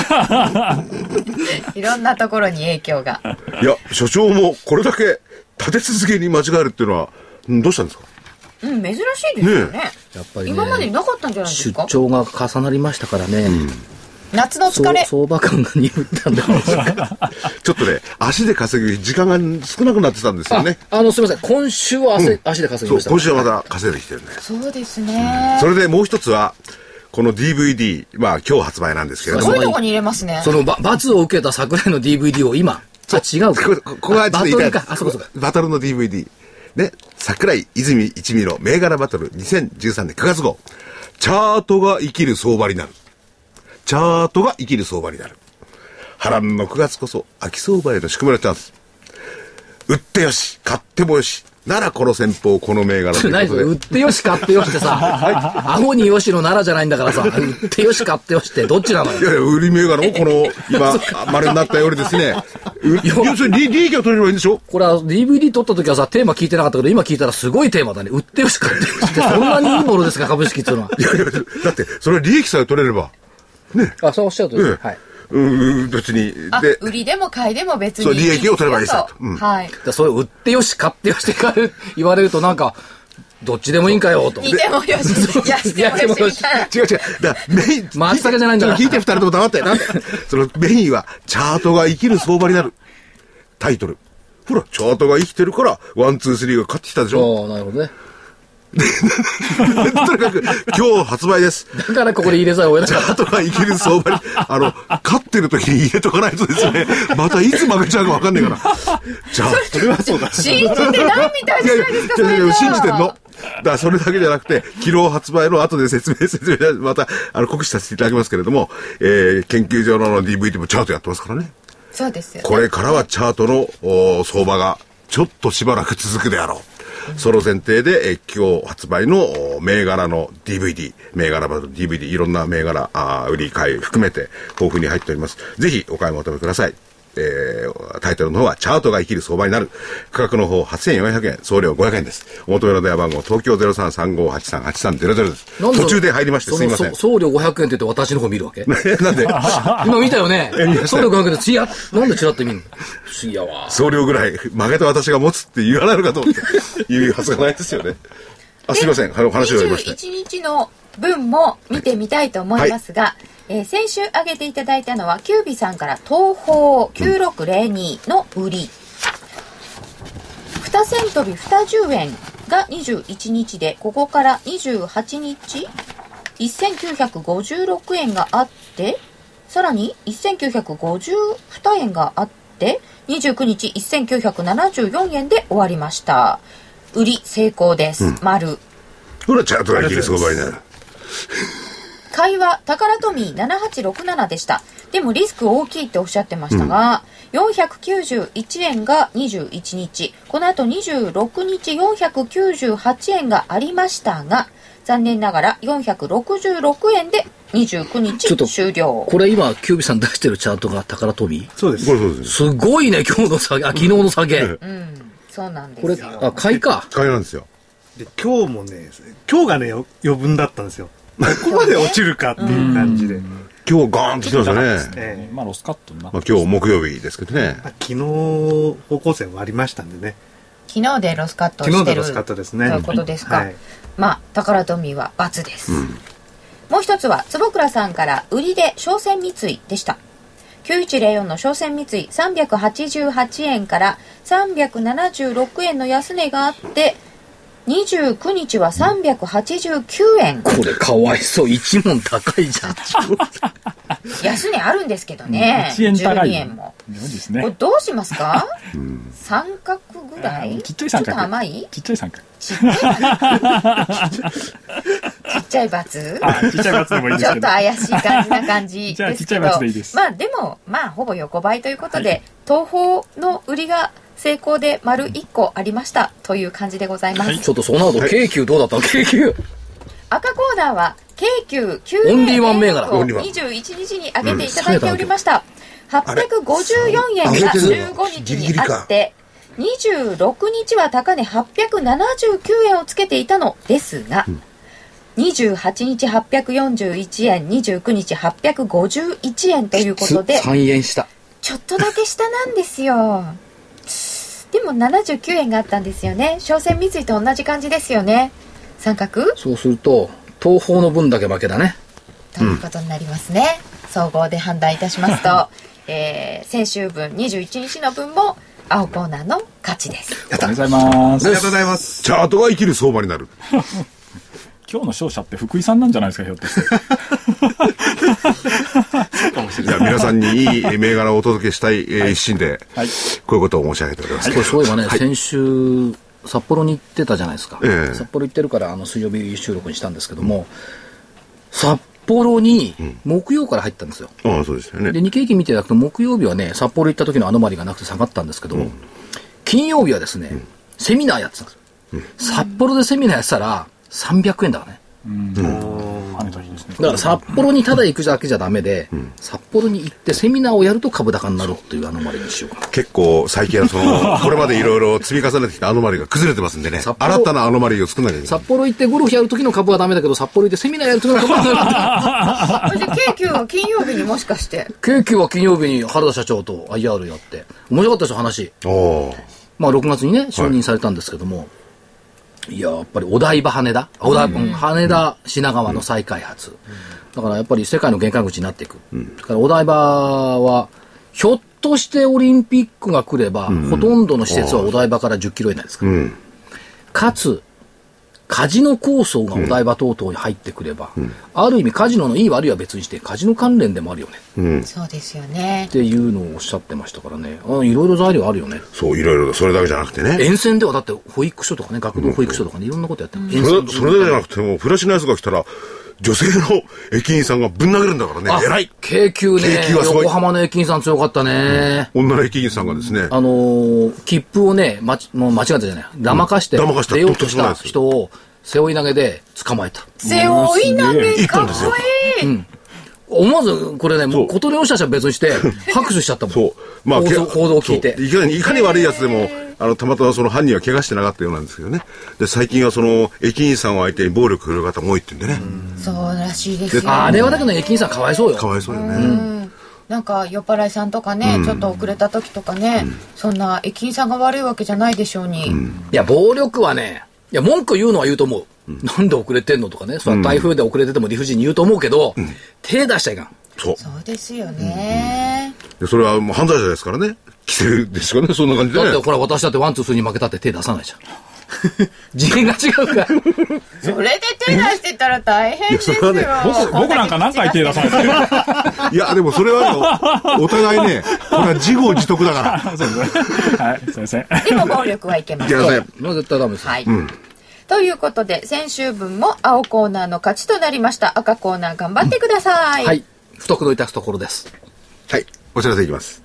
Speaker 8: いろんなところに影響が。
Speaker 5: いや、所長もこれだけ立て続けに間違えるっていうのは、うんどうしたんですか
Speaker 1: うん珍しいですよね
Speaker 5: ね
Speaker 2: やっぱりね
Speaker 1: 今までになかったんじゃないです
Speaker 2: 出
Speaker 1: か
Speaker 2: 張が重なりましたからね、
Speaker 8: 夏の疲
Speaker 2: そう
Speaker 8: れ。
Speaker 2: 相場感が鈍ったんで
Speaker 5: ちょっとね、足で稼ぐ時間が少なくなってたんですよ
Speaker 2: あ
Speaker 5: ね。
Speaker 2: あのすみません今週は汗、
Speaker 5: うん
Speaker 2: 足で稼ぎ
Speaker 5: そ
Speaker 2: ま
Speaker 5: う、
Speaker 2: した
Speaker 5: 今週はまた稼いできてるね。
Speaker 8: そうですね。
Speaker 5: それでもう一つは、この DVD、まあ今日発売なんですけれど
Speaker 8: す
Speaker 5: も、
Speaker 8: ごいとこに入れますね
Speaker 2: そ。のば罰を受けた桜井の DVD を今あ違う
Speaker 5: こ
Speaker 2: か
Speaker 5: ここがち
Speaker 2: バ
Speaker 5: ょっと
Speaker 2: ト
Speaker 5: 言いた
Speaker 2: ル
Speaker 5: い
Speaker 2: かあそうかそうか
Speaker 5: バトルの DVD。ね、桜井泉一味の銘柄バトル2013年9月号。チャートが生きる相場になる。チャートが生きる相場になる。波乱の9月こそ秋相場への宿命のチャンス。売ってよし、買ってもよし。ならこの戦法、この銘柄という
Speaker 2: 何そ
Speaker 5: こ
Speaker 2: れ売
Speaker 5: と
Speaker 2: っ
Speaker 5: で。
Speaker 2: てよし買ってよしって [laughs] さ、顎によしの奈良じゃないんだからさ売ってよし買ってよしってどっちなの
Speaker 5: い
Speaker 2: よ
Speaker 5: やいや、売り銘柄もこの、今、丸になったよりですね。う要するに利利益を取れればいいんでしょ
Speaker 2: これは DVD 撮った時はさテーマ聞いてなかったけど今聞いたらすごいテーマだね売ってよし買ってよしってそんなにいいものですか株式っていうのはい
Speaker 5: やいや、だって、それは利益さえ取れれば。
Speaker 2: [laughs] あそうおっしゃると
Speaker 5: ええうん、うん別に。
Speaker 8: あ
Speaker 5: で、、
Speaker 8: 売りでも買いでも別に。
Speaker 5: そう利益を取ればいいさ
Speaker 8: と
Speaker 5: うん
Speaker 8: はい。
Speaker 2: だからそれ売ってよし買ってよしって言われる言われるとなんかどっちでもいいんかよと
Speaker 8: 似てもよ
Speaker 5: [laughs]
Speaker 8: し、
Speaker 2: や
Speaker 8: 痩
Speaker 2: って
Speaker 8: せ
Speaker 2: も
Speaker 8: も
Speaker 2: よ
Speaker 8: よ
Speaker 2: し
Speaker 8: しみたいな。
Speaker 5: 違う違う。だからメイン、
Speaker 2: 松茸じゃないんだから
Speaker 5: ちょっと聞いて二人とも黙って。なんでそのメインは、チャートが生きる相場になる。タイトル。ほら、チャートが生きてるから、ワン、ツー、スリーが勝ってきたでしょ。
Speaker 2: おーなるほどね
Speaker 5: [laughs] とにかく、今日発売です。
Speaker 2: だからここで入れざるを得なかった。
Speaker 5: あとは生きる相場に、あの、勝ってる時に入れとかないとですね、またいつ負けちゃうかわかんないから。じゃあ、それはそう
Speaker 1: [laughs]
Speaker 5: だ。
Speaker 1: 信じてないみたいじゃないですか、そ
Speaker 5: いやいやいや
Speaker 1: れ
Speaker 5: い
Speaker 1: じゃ
Speaker 5: や信じてんの。だからそれだけじゃなくて、昨日発売の後で説明、説明、また、あの、告知させていただきますけれども、えー研究所の DVD もチャートやってますからね。
Speaker 1: そうですよ。
Speaker 5: これからはチャートのおー相場がちょっとしばらく続くであろう。その前提で、えー今日発売のおー銘柄の DVD、銘柄版の DVD、いろんな銘柄、あー売り買い含めて豊富に入っております。ぜひお買い求めください。えータイトルの方はチャートが生きる相場になる。価格の方8400円、送料500円です。お求めの電話番号、東京0335838300です。
Speaker 2: なんだろう
Speaker 5: 途中で入りまして
Speaker 2: そ
Speaker 5: すい
Speaker 2: の
Speaker 5: ません
Speaker 2: そ。送料500円って言って私の方見るわけ
Speaker 5: [laughs] な
Speaker 2: [laughs]
Speaker 5: んで、
Speaker 2: 今見たよね
Speaker 5: 見ました
Speaker 2: 送料500円でチラッなんでチラッと見るの不思議やわ。
Speaker 5: 送料ぐらい負けた私が持つって言わないのかと思っていうはずがないですよね。あすいません、あの話をやりまして。
Speaker 1: 21日の分も見てみたいと思いますが、えー先週挙げていただいたのはキュービさんから東宝9602の売り、二銭飛び二十円が21日でここから28日1956円があってさらに1952円があって29日1974円で終わりました売り成功です、丸
Speaker 5: ほら、チャートが生きる相場になる。
Speaker 1: 会話宝トミー7867でしたでもリスク大きいっておっしゃってましたが、491円が21日このあと26日498円がありましたが残念ながら466円で29
Speaker 2: ちょっと
Speaker 1: 日終了
Speaker 2: これ今、キュービさん出してるチャートが宝富
Speaker 4: そうです
Speaker 5: これそうです。
Speaker 2: すごいね、今日の下げ、あ、昨日の下げ。
Speaker 1: うんそうなんで
Speaker 2: これ
Speaker 1: す、よ
Speaker 2: あ、買いか。
Speaker 5: 買いなんですよ。
Speaker 4: で今日もね今日がねよ余分だったんですよここまで落ちるかっていう感じで、
Speaker 5: 今日ガーンと来てますよね。
Speaker 4: ええ
Speaker 3: まあ、ロスカットになっ
Speaker 5: まあ今日木曜日ですけどね。
Speaker 4: まあ昨日方向性はありましたんでね
Speaker 1: 昨日でロスカットを
Speaker 4: 昨日
Speaker 1: して
Speaker 4: で
Speaker 1: る
Speaker 4: ロスカットですね
Speaker 1: ということですか、
Speaker 4: はい
Speaker 1: まあ宝トミーは×です、もう一つは坪倉さんから売りで商船三井でした9104の商船三井388円から376円の安値があって29日は389円
Speaker 2: これかわいそう。一問高いじゃん。
Speaker 1: 安値あるんですけどね
Speaker 3: 1円高い
Speaker 1: 12円も
Speaker 3: ようです
Speaker 1: これ
Speaker 3: ね
Speaker 1: どうしますか三角ぐらい
Speaker 3: ちっちゃい三
Speaker 1: ちょっ
Speaker 3: 角
Speaker 1: と甘い
Speaker 3: ちっちゃい三角
Speaker 1: ちっちゃいちっちゃい罰
Speaker 3: あちっちゃい罰でもいいで
Speaker 1: ちょ
Speaker 3: す
Speaker 1: っ
Speaker 3: け
Speaker 1: と
Speaker 3: ど
Speaker 1: 怪しい感じな感じ
Speaker 3: [laughs] じゃあ
Speaker 1: で
Speaker 3: ちっ
Speaker 1: す
Speaker 3: ちゃ
Speaker 1: け
Speaker 3: い
Speaker 1: ど
Speaker 3: 罰でいいです
Speaker 1: まあでもまあほぼ横ばいということで、東宝の売りが成功で丸1個ありましたという感じでございます、
Speaker 2: ちょっとその後、京急どうだったの京急。
Speaker 1: 赤コーナーは京急
Speaker 2: オンリーワン銘柄
Speaker 1: 90円
Speaker 5: オ
Speaker 1: を
Speaker 5: ンリーワン
Speaker 1: 21日に上げていただいておりました、854円
Speaker 5: あれ
Speaker 1: が
Speaker 5: 上げてるの
Speaker 1: 15
Speaker 5: ギ
Speaker 1: 日
Speaker 5: リギ
Speaker 1: に
Speaker 5: リか
Speaker 1: あって26日は高値879円をつけていたのですが、28日841円29日851円ということで
Speaker 2: 3円した。
Speaker 1: ちょっとだけ下なんですよでも79円があったんですよね商船三井と同じ感じですよね三角
Speaker 2: そうすると、東宝の分だけ負けだね。
Speaker 1: ということになりますね、総合で判断いたしますと、えー先週分21日の分も青コーナーの勝ちです
Speaker 3: ありがとうございます
Speaker 4: ありがとうございます
Speaker 5: チャートが生きる相場になる。
Speaker 3: 今日の勝者って福井さんなんじゃないですかひょっとして
Speaker 5: じゃあ皆さんにいい銘柄をお届けしたいえー一心で、こう
Speaker 3: はい
Speaker 5: いうことを申し上げております
Speaker 2: こ。れそういえばね、先週、札幌に行ってたじゃないですか。
Speaker 5: ええ
Speaker 2: 札幌行ってるから、あの、水曜日収録にしたんですけども、札幌に木曜から入ったんですよ。
Speaker 5: ああ、そうですよね
Speaker 2: で、。日経平均見ていただくと、木曜日はね、札幌行った時のアノマリがなくて下がったんですけど、金曜日はですね、セミナーやってたんですよ。札幌でセミナーやってたら、300円だからね。
Speaker 3: 雨の日ですね
Speaker 2: だから札幌にただ行くだけじゃダメで、札幌に行ってセミナーをやると株高になるっていうアノマリにしようかな。
Speaker 5: 結構最近はその、これまでいろいろ積み重ねてきたアノマリが崩れてますんでね、新
Speaker 2: 札幌
Speaker 5: たなアノマリを作んなきゃいけない。
Speaker 2: 札幌行ってゴルフやる時の株はダメだけど、札幌行ってセミナーやる時の株はダメ [laughs] だっ
Speaker 1: それで京急は金曜日にもしかして
Speaker 2: て。京急は金曜日に原田社長と IR やって、面白かったですよ、話。
Speaker 5: おー
Speaker 2: まあ、6月にね、承認されたんですけども、い、や、やっぱりお台場羽田、お台場、羽田品川の再開発、だからやっぱり世界の玄関口になっていく。だからお台場は、ひょっとしてオリンピックが来れば、ほとんどの施設はお台場から10キロ以内ですから。
Speaker 5: うん。
Speaker 2: かつ、カジノ構想がお台場等々に入ってくれば、ある意味カジノのいい悪いは別にして、カジノ関連でもあるよね。
Speaker 5: うん。
Speaker 8: そうですよね
Speaker 2: っ。ていうのをおっしゃってましたからね。あいろいろ材料あるよね。
Speaker 5: そう、いろいろ、それだけじゃなくてね。
Speaker 2: 沿線ではだって保育所とかね、学童保育所とかね、いろんなことやってる。沿
Speaker 5: そ
Speaker 2: 線
Speaker 5: れ、それだけじゃなくても、フラッシュナイスが来たら、女性の駅員さんがぶん殴るんだから
Speaker 2: あ
Speaker 5: ね、偉い
Speaker 2: 京急ね
Speaker 5: 京急はすごい
Speaker 2: 横浜の駅員さん強かったね。
Speaker 5: 女の駅員さんがですね、
Speaker 2: あのー切符をね、まち、もう間違ったじゃない。騙かして、
Speaker 5: うん騙かした
Speaker 2: 出ようとし
Speaker 5: とんでもない
Speaker 2: た
Speaker 5: ですよ
Speaker 2: 人を背負い投げで捕まえた。
Speaker 8: 背負い投げかっこ
Speaker 5: すげえ
Speaker 8: いい。
Speaker 2: 思わず、これね、もう、
Speaker 5: そう
Speaker 2: ことり者者は別にして、拍手しちゃったもん。
Speaker 5: そう、
Speaker 2: 報
Speaker 5: け
Speaker 2: 道報道を聞いて
Speaker 5: そう。いかに、いかに悪いやつでも、あの、たまたまその犯人は怪我してなかったようなんですけどね。で、最近はその、駅員さんを相手に暴力振るう方も多いって言うんでね。
Speaker 8: そうらしいですよね。
Speaker 2: あれはだけど、駅員さんかわいそうよ
Speaker 5: か。わいそうよね。
Speaker 8: なんか酔っ払いさんとかね、ちょっと遅れた時とかね、そんな駅員さんが悪いわけじゃないでしょうに、
Speaker 2: いや、暴力はね、いや、文句言うのは言うと思う。なんで遅れてんのとかね、それは台風で遅れてても理不尽に言うと思うけど、手出しちゃいかん。
Speaker 5: そう。
Speaker 8: そうですよね、
Speaker 5: で、それはもう犯罪者ですからね。規制ですからね、そんな感じで
Speaker 2: だ
Speaker 5: ね。
Speaker 2: って、ほら、私だってワン、ツー、スリーに負けたって手出さないじゃん。次元が違うから。
Speaker 8: それで手出してたら大変ですよ
Speaker 5: いやそれは
Speaker 3: 僕僕なんか何回手出されてる
Speaker 5: いや、でもそれはあの、お互いね、これは自業自得
Speaker 2: [laughs]
Speaker 5: だか
Speaker 3: そうですね。はい、すいません。
Speaker 8: でも暴力はいけま
Speaker 5: ら。い
Speaker 8: せん
Speaker 5: や、ね、
Speaker 2: まあ絶対ダメですよ。
Speaker 8: はい、ということで先週分も青コーナーの勝ちとなりました赤コーナー頑張ってください、
Speaker 2: はい。不徳の致すところです。
Speaker 5: はい、お知らせいきます。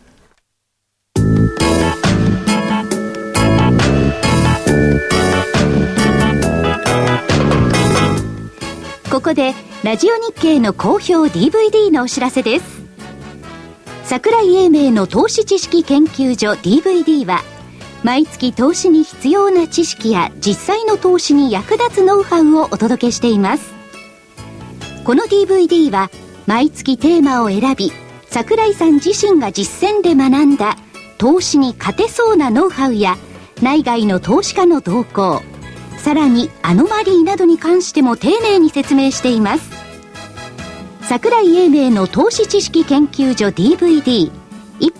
Speaker 6: ここでラジオ日経の好評 DVD のお知らせです桜井英明の投資知識研究所 DVD は毎月投資に必要な知識や実際の投資に役立つノウハウをお届けしていますこの DVD は毎月テーマを選び桜井さん自身が実践で学んだ投資に勝てそうなノウハウや内外の投資家の動向さらにアノマリーなどに関しても丁寧に説明しています桜井英明の投資知識研究所 DVD1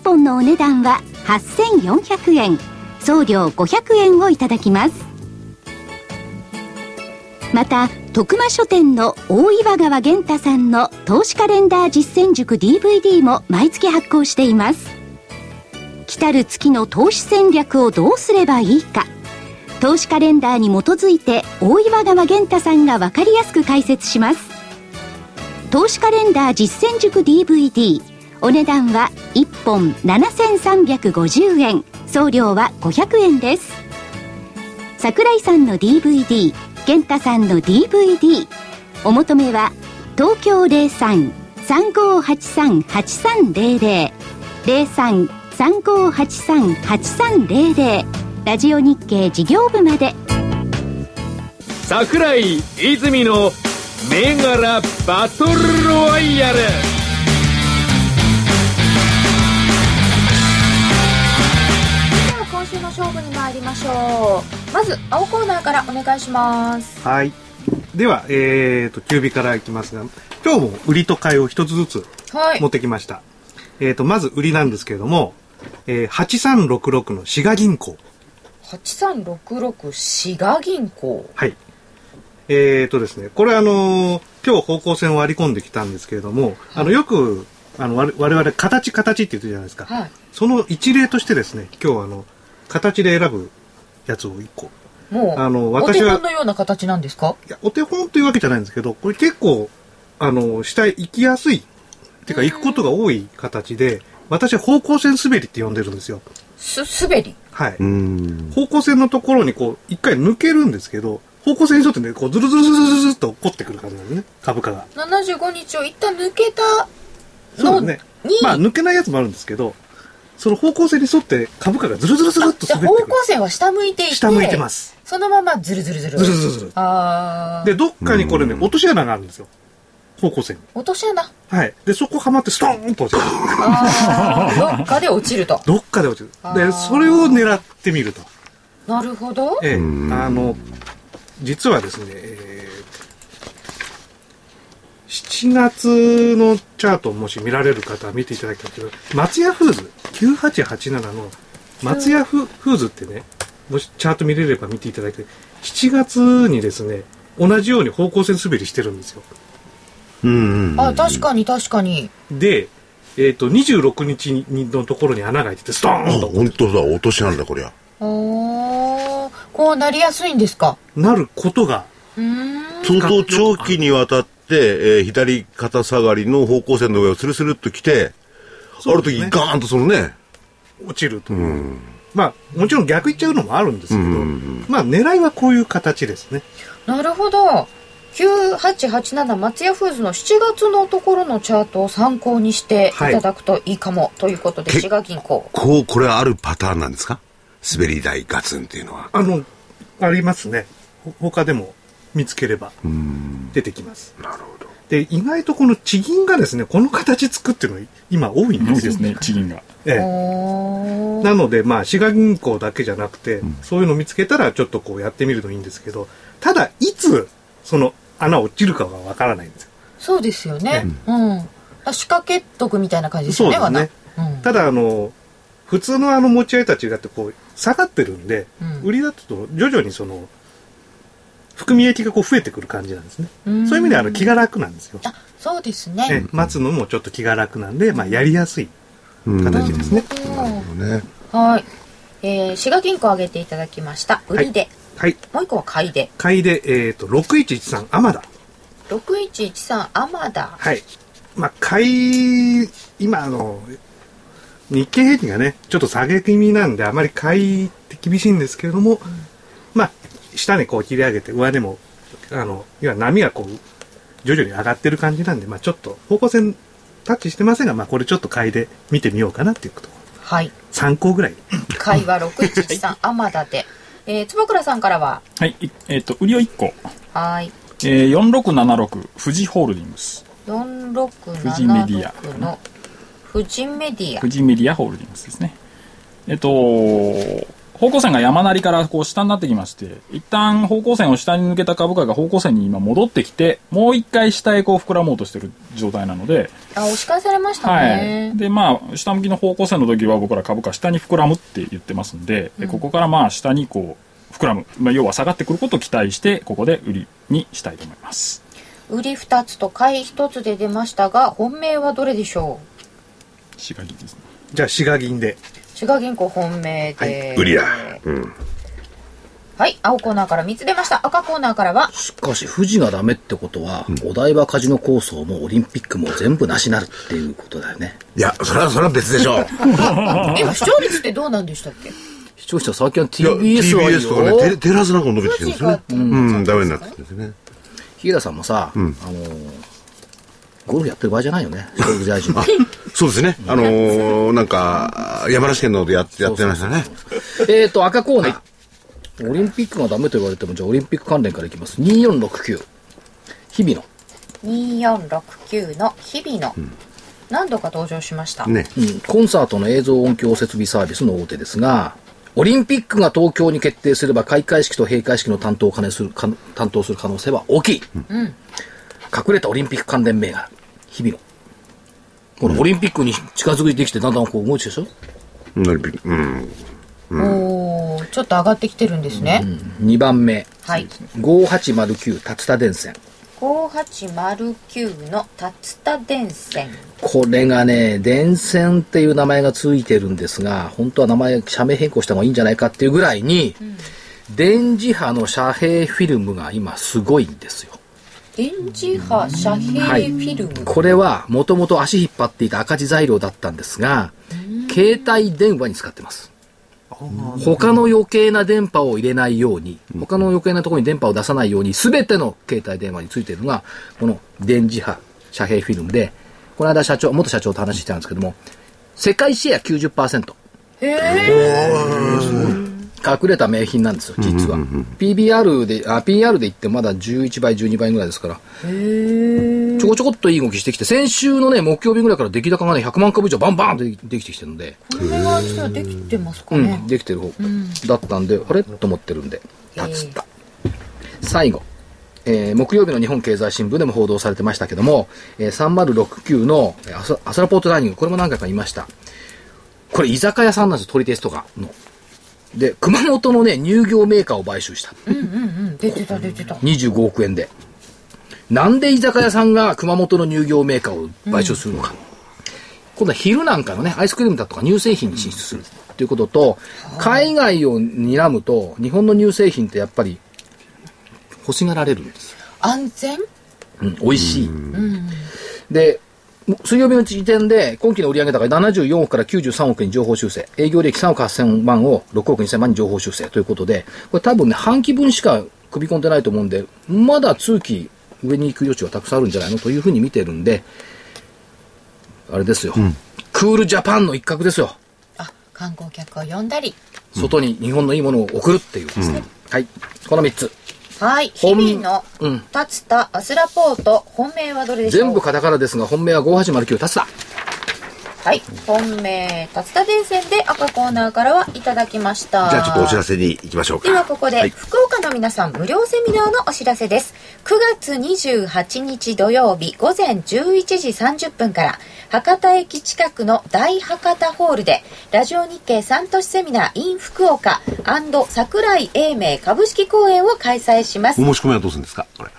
Speaker 6: 本のお値段は8400円送料500円をいただきますまた徳間書店の大岩川源太さんの投資カレンダー実践塾 DVD も毎月発行しています来たる月の投資戦略をどうすればいいか投資カレンダーに基づいて大岩川源太さんが分かりやすく解説します投資カレンダー実践塾 DVD お値段は1本7350円送料は500円です桜井さんの DVD 健太さんの DVD お求めは東京03-3583-8300 03-3583-8300ラジオ日経事業部まで
Speaker 7: 桜井泉の銘柄バトルロワイヤル
Speaker 8: では今週の勝負に参りましょうまず青コーナーからお願いします
Speaker 4: はい。では、えーと、キュービからいきますが、今日も売りと買いを一つずつ
Speaker 8: はい
Speaker 4: 持ってきました。えーと、まず売りなんですけれども、えー8366の滋賀銀行。
Speaker 8: 8366滋賀銀行
Speaker 4: はい。えーとですね、これあのー今日方向線を割り込んできたんですけれども、あの、よく、あの、我我々、形、形って言ってるじゃないですか。
Speaker 8: はい
Speaker 4: その一例としてですね、今日はあの、形で選ぶやつを一個。
Speaker 8: もう
Speaker 4: あの
Speaker 8: お手
Speaker 4: 私は
Speaker 8: 本のような形なんですか
Speaker 4: いや、お手本というわけじゃないんですけど、これ結構、あの、下へ行きやすい、っていうか行くことが多い形で、私は方向線滑りって呼んでるんですよ。
Speaker 8: す滑り
Speaker 4: はい。
Speaker 5: うん。
Speaker 4: 方向線のところにこう、一回抜けるんですけど、方向線に沿ってね、こう、ズルズルズルズルズルっと落っこってくる感じなんですね、株価が。
Speaker 8: 75日を一旦抜けた
Speaker 4: そ
Speaker 8: の
Speaker 4: う
Speaker 8: に、
Speaker 4: ですね。まあ、抜けないやつもあるんですけど、その方向線に沿って株価がズルズルズルっと
Speaker 8: じゃあ
Speaker 4: 滑
Speaker 8: 方
Speaker 4: ってくる
Speaker 8: 向。線は下向いていて
Speaker 4: 下向いてます
Speaker 8: そのままズルズルズル
Speaker 4: ズルズルズル。
Speaker 8: あー
Speaker 4: で、どっかにこれね、落とし穴があるんですよ。方向線に。
Speaker 8: 落とし穴
Speaker 4: はい。で、そこはまってストーンと落ち
Speaker 8: [laughs]
Speaker 4: る。
Speaker 8: あーどっかで落ちると
Speaker 4: どっかで落ちる
Speaker 8: あ。ー
Speaker 4: で、それを狙ってみると。
Speaker 8: なるほど
Speaker 4: ええ、
Speaker 5: ん
Speaker 4: あの、実はですね、えー7月のチャートをもし見られる方は見ていただきたいんですけど、松屋フーズ、9887の松屋フフーズってね、もしチャート見れれば見ていただいて、7月にですね、同じように方向線滑りしてるんですよ。
Speaker 5: うんうん。
Speaker 1: あ、確かに確かに。
Speaker 4: で、えっ、と、26日にのところに穴が開いてて、スト
Speaker 5: あ、
Speaker 4: ーンと
Speaker 5: 本当だ、落としなんだ、こりゃ。
Speaker 1: おー、こうなりやすいんですか。
Speaker 4: なることが、
Speaker 1: うーん。
Speaker 5: 相当長期にわたって、えー左肩下がりの方向線の上をスルスルっと来て、ある時
Speaker 4: そうですね
Speaker 5: ガーンとそのね、
Speaker 4: 落ちると。
Speaker 5: うん、
Speaker 4: まあ、もちろん逆行っちゃうのもあるんですけど、
Speaker 5: うんうんう
Speaker 4: まあ、狙いはこういう形ですね。
Speaker 1: なるほど。9887松屋フーズの7月のところのチャートを参考にしていただくといいかも、ということで
Speaker 5: け
Speaker 1: 滋賀銀行
Speaker 5: こう、これはあるパターンなんですか滑り台ガツンっていうのは。
Speaker 4: あの、ありますね。ほ他でも見つければ
Speaker 5: うん、
Speaker 4: 出てきます。
Speaker 5: なるほど。
Speaker 4: で、意外とこの地銀がですね、この形作ってるの今多いん
Speaker 3: 多
Speaker 4: で
Speaker 3: い
Speaker 4: す
Speaker 3: で
Speaker 4: よ。
Speaker 3: すね、地銀が。
Speaker 4: ええ
Speaker 1: おー
Speaker 4: なので、まあ、滋賀銀行だけじゃなくて、そういうの見つけたら、ちょっとこうやってみるといいんですけど、ただ、いつ、その穴落ちるかはわからないんですよ。
Speaker 1: そうですよね、うんあ仕掛けとくみたいな感じですよね
Speaker 4: そうですね
Speaker 1: 罠うん
Speaker 4: ただ、あの、普通のあの持ち合いたちだってこう、下がってるんで、
Speaker 1: うん
Speaker 4: 売りだと徐々にその、含み益がこう増えてくる感じなんですね。
Speaker 1: うん
Speaker 4: そういう意味ではあの気が楽なんですよ。
Speaker 1: あそうです
Speaker 4: ええ
Speaker 1: ね、
Speaker 4: 待つのもちょっと気が楽なんで、まあ、やりやすい
Speaker 5: うん
Speaker 4: 形ですね。
Speaker 5: うんね
Speaker 1: はい、えー、滋賀銀行上げていただきました売りで、
Speaker 4: はい。
Speaker 1: もう一個は買いで
Speaker 4: 買いで、えっ、と、6113、アマダ。
Speaker 1: 6113アマダ
Speaker 4: はい。まあ、買い、今あの、日経平均がね、ちょっと下げ気味なんで、あまり買いって厳しいんですけれども、まあ、下にこう切り上げて、上でも、あの、要は波がこう、徐々に上がってる感じなんで、まあ、ちょっと方向線タッチしてませんが、まあ、これちょっと買いで見てみようかなっていうこと。
Speaker 1: はい
Speaker 4: 参考ぐらい。
Speaker 1: 買いは6113アマダで、えー、坪倉さんからは
Speaker 3: はい、いえっと、売りを1個。
Speaker 1: はい
Speaker 3: えー、4676、富士ホールディングス。
Speaker 1: 4676
Speaker 3: 富士メディア
Speaker 1: の富士メディア
Speaker 3: 富士メディアホールディングスですね。えっと、方向線が山なりからこう下になってきまして、一旦方向線を下に抜けた株価が方向線に今戻ってきて、もう一回下へこう膨らもうとしてる状態なので、
Speaker 1: あ押し返されました
Speaker 3: は
Speaker 1: ね
Speaker 3: い。、で、まあ、下向きの方向線の時は僕ら株価下に膨らむって言ってますんで、でここからまあ下にこう膨らむ。まあ、要は下がってくることを期待して、ここで売りにしたいと思います。
Speaker 1: 売り2つと買い1つで出ましたが本命はどれでしょ
Speaker 3: しがですね。
Speaker 4: じゃあ、滋賀銀で。
Speaker 1: う滋賀銀行本命で、
Speaker 5: 売りだ。うん。
Speaker 1: はい青コーナーから3つ出ました赤コーナーからは
Speaker 2: しかし、富士がダメってことは、お台場カジノ構想もオリンピックも全部なしなるっていうことだよね。
Speaker 5: いや、それは、それは別でしょう。
Speaker 1: 今視聴率ってどうなんでしたっけ
Speaker 2: 視聴者最近はい
Speaker 5: や
Speaker 2: TBS はいい
Speaker 5: TBS とかね、テレ
Speaker 2: よ。
Speaker 5: テレ朝なんかも伸びてきてるんですよね。
Speaker 1: 富
Speaker 5: うん、ダメになってきてるんですね。
Speaker 2: ヒゲダさんもさ、あのー、ゴルフやってる場合じゃないよね。四国大臣は。
Speaker 5: そうですね。あのー、なんか、山梨県の方でやって、やってましたね。
Speaker 2: えーと、赤コーナー。オリンピックがダメと言われても、じゃあオリンピック関連からいきます。2469。日々の。
Speaker 1: 2469の日々の、何度か登場しました、
Speaker 5: ね。
Speaker 2: うんコンサートの映像音響設備サービスの大手ですが、オリンピックが東京に決定すれば開会式と閉会式の担当を兼ねするか担当する可能性は大きい、隠れたオリンピック関連銘柄日々のこのオリンピックに近づいてきてだんだんこう動いてるでしょ、
Speaker 5: なるべくうん。
Speaker 1: おーちょっと上がってきてるんですね、
Speaker 2: 2番目
Speaker 1: はい
Speaker 2: 5809竜田電線
Speaker 1: 5809の竜田電線
Speaker 2: これがね電線っていう名前がついてるんですが本当は名前社名変更した方がいいんじゃないかっていうぐらいに、電磁波の遮蔽フィルムが今すごいんですよ
Speaker 1: 電磁波遮
Speaker 2: はい
Speaker 1: 蔽フィルム、
Speaker 2: これはもともと足引っ張っていた赤字材料だったんですが、携帯電話に使ってます。他の余計な電波を入れないように、他の余計なところに電波を出さないように、すべての携帯電話についているのが、この電磁波遮蔽フィルムで、この間社長、元社長と話してたんですけども、世界シェア90%。隠れた名品なんですよ、実は。PBR で、あ、PR で言ってまだ11倍、12倍ぐらいですから、ちょこちょこっといい動きしてきて、先週のね、木曜日ぐらいから出来高がね、100万株以上バンバンとでできてきてるので、
Speaker 1: これが実はできてますか
Speaker 2: う
Speaker 1: ね、
Speaker 2: ん、できてる方だったんで、あれと思ってるんで、立った。最後、えー木曜日の日本経済新聞でも報道されてましたけども、えー3069のえーアスアスラポートダイニング、これも何回か言いました。これ居酒屋さんなんですよ、鳥テスとかの。で、熊本のね、乳業メーカーを買収した。
Speaker 1: うんうんうん。出てた出てた。
Speaker 2: 25億円で。なんで居酒屋さんが熊本の乳業メーカーを買収するのか。今度は昼なんかのね、アイスクリームだとか乳製品に進出するということと、海外を睨むと、日本の乳製品ってやっぱり欲しがられるんですよ。
Speaker 1: 安全
Speaker 2: うん、美味しい。で、水曜日の時点で、今期の売上高74億から93億に上方修正、営業利益3億8000万を6億2000万に上方修正ということで、これ多分ね、半期分しか組み込んでないと思うんで、まだ通期上に行く余地はたくさんあるんじゃないのというふうに見てるんで、あれですよ、クールジャパンの一角ですよ。
Speaker 1: あ、観光客を呼んだり。
Speaker 2: 外に日本のいいものを送るっていうことですね。はい。この3つ。
Speaker 1: はい。日
Speaker 2: 本
Speaker 1: 々
Speaker 2: う
Speaker 1: の
Speaker 2: ん、
Speaker 1: タツタ、アスラポート、本命はどれでしょう
Speaker 2: 全部カタカナですが、本命は5809達だ。
Speaker 1: はい。本命、タツタ電線で赤コーナーからはいただきました。
Speaker 5: じゃあちょっとお知らせに行きましょうか。
Speaker 1: ではここで、
Speaker 5: はい
Speaker 1: 福岡の皆さん無料セミナーのお知らせです9月28日土曜日午前11時30分から博多駅近くの大博多ホールでラジオ日経三都市セミナー in 福岡桜井英明株式公演を開催します
Speaker 5: お申し込みはどうするんですかこれ。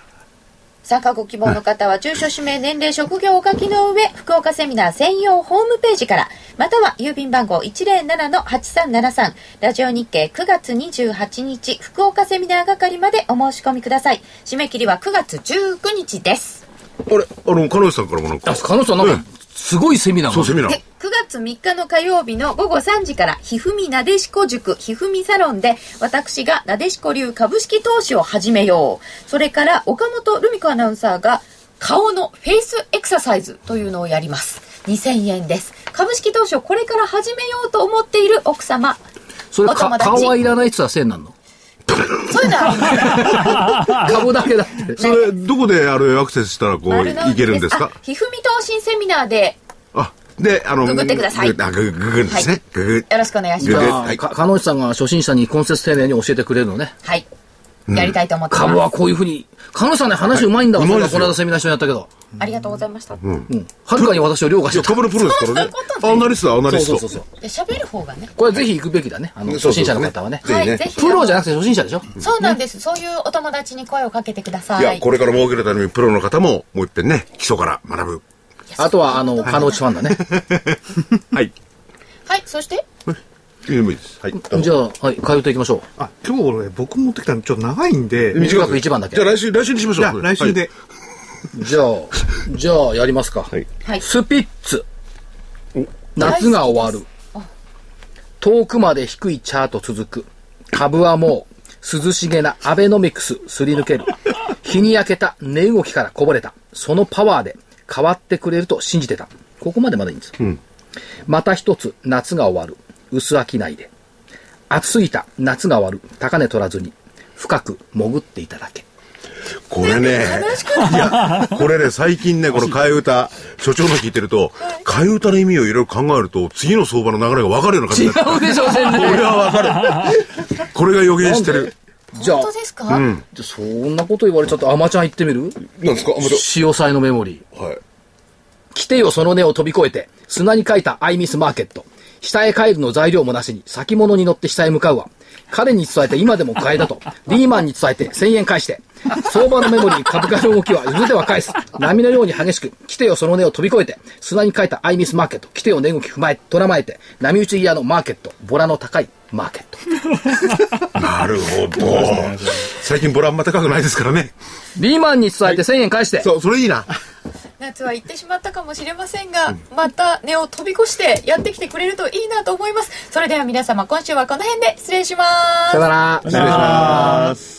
Speaker 1: 参加ご希望の方は住所氏名年齢職業をお書きの上福岡セミナー専用ホームページからまたは郵便番号107-8373ラジオ日経9月28日福岡セミナー係までお申し込みください締め切りは9月19日です
Speaker 5: あれ、あの、彼女さんからもなんか。
Speaker 2: あ、彼女さんなん
Speaker 5: う
Speaker 2: か、すごいセミナーがある
Speaker 5: そう、セミナ
Speaker 1: で
Speaker 5: ー。
Speaker 1: 9月3日の火曜日の午後3時からひふみなでしこ塾ひふみサロンで私がなでしこ流株式投資を始めようそれから岡本留美子アナウンサーが顔のフェイスエクササイズというのをやります2000円です株式投資をこれから始めようと思っている奥様
Speaker 2: それ
Speaker 1: お友
Speaker 2: か
Speaker 1: 達
Speaker 2: 顔はいらないっつったら線なんの
Speaker 1: そういうのはありま
Speaker 5: [laughs]
Speaker 1: す
Speaker 2: 顔だけだって
Speaker 5: それ、どこで、あれ、アクセスしたら、こう、
Speaker 1: 丸の内
Speaker 5: いけるんですか
Speaker 1: あひふみ投資セミナーで
Speaker 5: あ、で、あの、
Speaker 1: ググってください
Speaker 5: ググあ、ググググるんですね。ググ
Speaker 1: よろしくお願いし
Speaker 5: グ
Speaker 1: ま
Speaker 5: グ
Speaker 1: す
Speaker 5: はい。
Speaker 2: か彼女さんが初心者に根節丁寧に教えてくれるのね
Speaker 1: はいやりたいと思ってます、
Speaker 2: 株はこういうふうに彼女さんね話うまいんだわ、
Speaker 5: はいう
Speaker 2: それが
Speaker 5: まいで
Speaker 2: こ
Speaker 5: すよ
Speaker 2: の間セミナー一緒にやったけど
Speaker 1: ありがとうございました、
Speaker 2: うんはるかに私を凌駕
Speaker 5: い
Speaker 2: し
Speaker 5: や、
Speaker 2: てた
Speaker 5: 株のプロですからね。アナリストだ、アナリス
Speaker 2: そ
Speaker 5: ト。
Speaker 2: うそうそうそう
Speaker 1: で喋る方がね
Speaker 2: これぜひ行くべきだねあの
Speaker 5: そ
Speaker 2: 初
Speaker 5: うそう
Speaker 2: 心者の方はね
Speaker 5: ぜ
Speaker 1: は
Speaker 5: ひ
Speaker 1: い
Speaker 5: ね
Speaker 1: ぜひ
Speaker 2: プロじゃなくて初心者でしょ
Speaker 1: そうなんです、そういうお友達に声をかけてください
Speaker 5: いや、これから儲けるために、プロの方も、もう一遍ね、基礎から学ぶ。
Speaker 2: あとはあの彼女ファンだね
Speaker 5: はい。
Speaker 1: はいそして
Speaker 5: いいのもいいです。はい。
Speaker 2: じゃあはい通っていきましょう
Speaker 4: あ、今日俺僕持ってきたのちょっと長いんで、
Speaker 2: 短く一番だけ
Speaker 5: じゃあ来週、来週にしまし
Speaker 4: じ
Speaker 5: ょ
Speaker 4: ゃあ
Speaker 5: う。
Speaker 4: 来週で。
Speaker 2: じゃあじゃあやりますか、
Speaker 5: い
Speaker 1: はい
Speaker 2: スピッツ夏が終わる遠くまで低いチャート続く株はもう涼しげなアベノミクスすり抜ける日に焼けた値動きからこぼれたそのパワーで変わってくれると信じてたここまでまだいいんです、また一つ夏が終わる薄商いで暑すぎた夏が終わる高値取らずに深く潜っていただけ
Speaker 5: これね、いや、これね、最近ね、この替え歌、所長の聞いてると、替え歌の意味をいろいろ考えると、次の相場の流れが分かるような感じになってる。
Speaker 2: うでしょ全
Speaker 5: これは分かる。これが予言してる。
Speaker 2: じゃあ
Speaker 1: 本当ですか、
Speaker 2: じゃあそんなこと言われちゃったアマちゃん行ってみる
Speaker 5: なんですかあま
Speaker 2: 潮祭のメモリー。
Speaker 5: はい。
Speaker 2: 来てよその根を飛び越えて、砂に書いたアイミスマーケット。下へ帰るの材料もなしに、先物に乗って下へ向かうわ。彼に伝えて今でも買い [laughs] だと。リーマンに伝えて1000円返して。相場のメモリー、株価の動きは譲っては返す。波のように激しく、来てよその根を飛び越えて、砂に書いたアイミスマーケット。来てよ値動き踏まえ、とらまえて、波打ち際のマーケット。ボラの高いマーケット。
Speaker 5: なるほど。最近ボランマ高くないですからね。
Speaker 2: リーマンに伝えて1000円返して。
Speaker 5: そう、それいいな。
Speaker 1: 夏は行ってしまったかもしれませんが、また根を飛び越してやってきてくれるといいなと思いますそれでは皆様今週はこの辺で失礼します
Speaker 2: さよなら。
Speaker 9: 失礼します。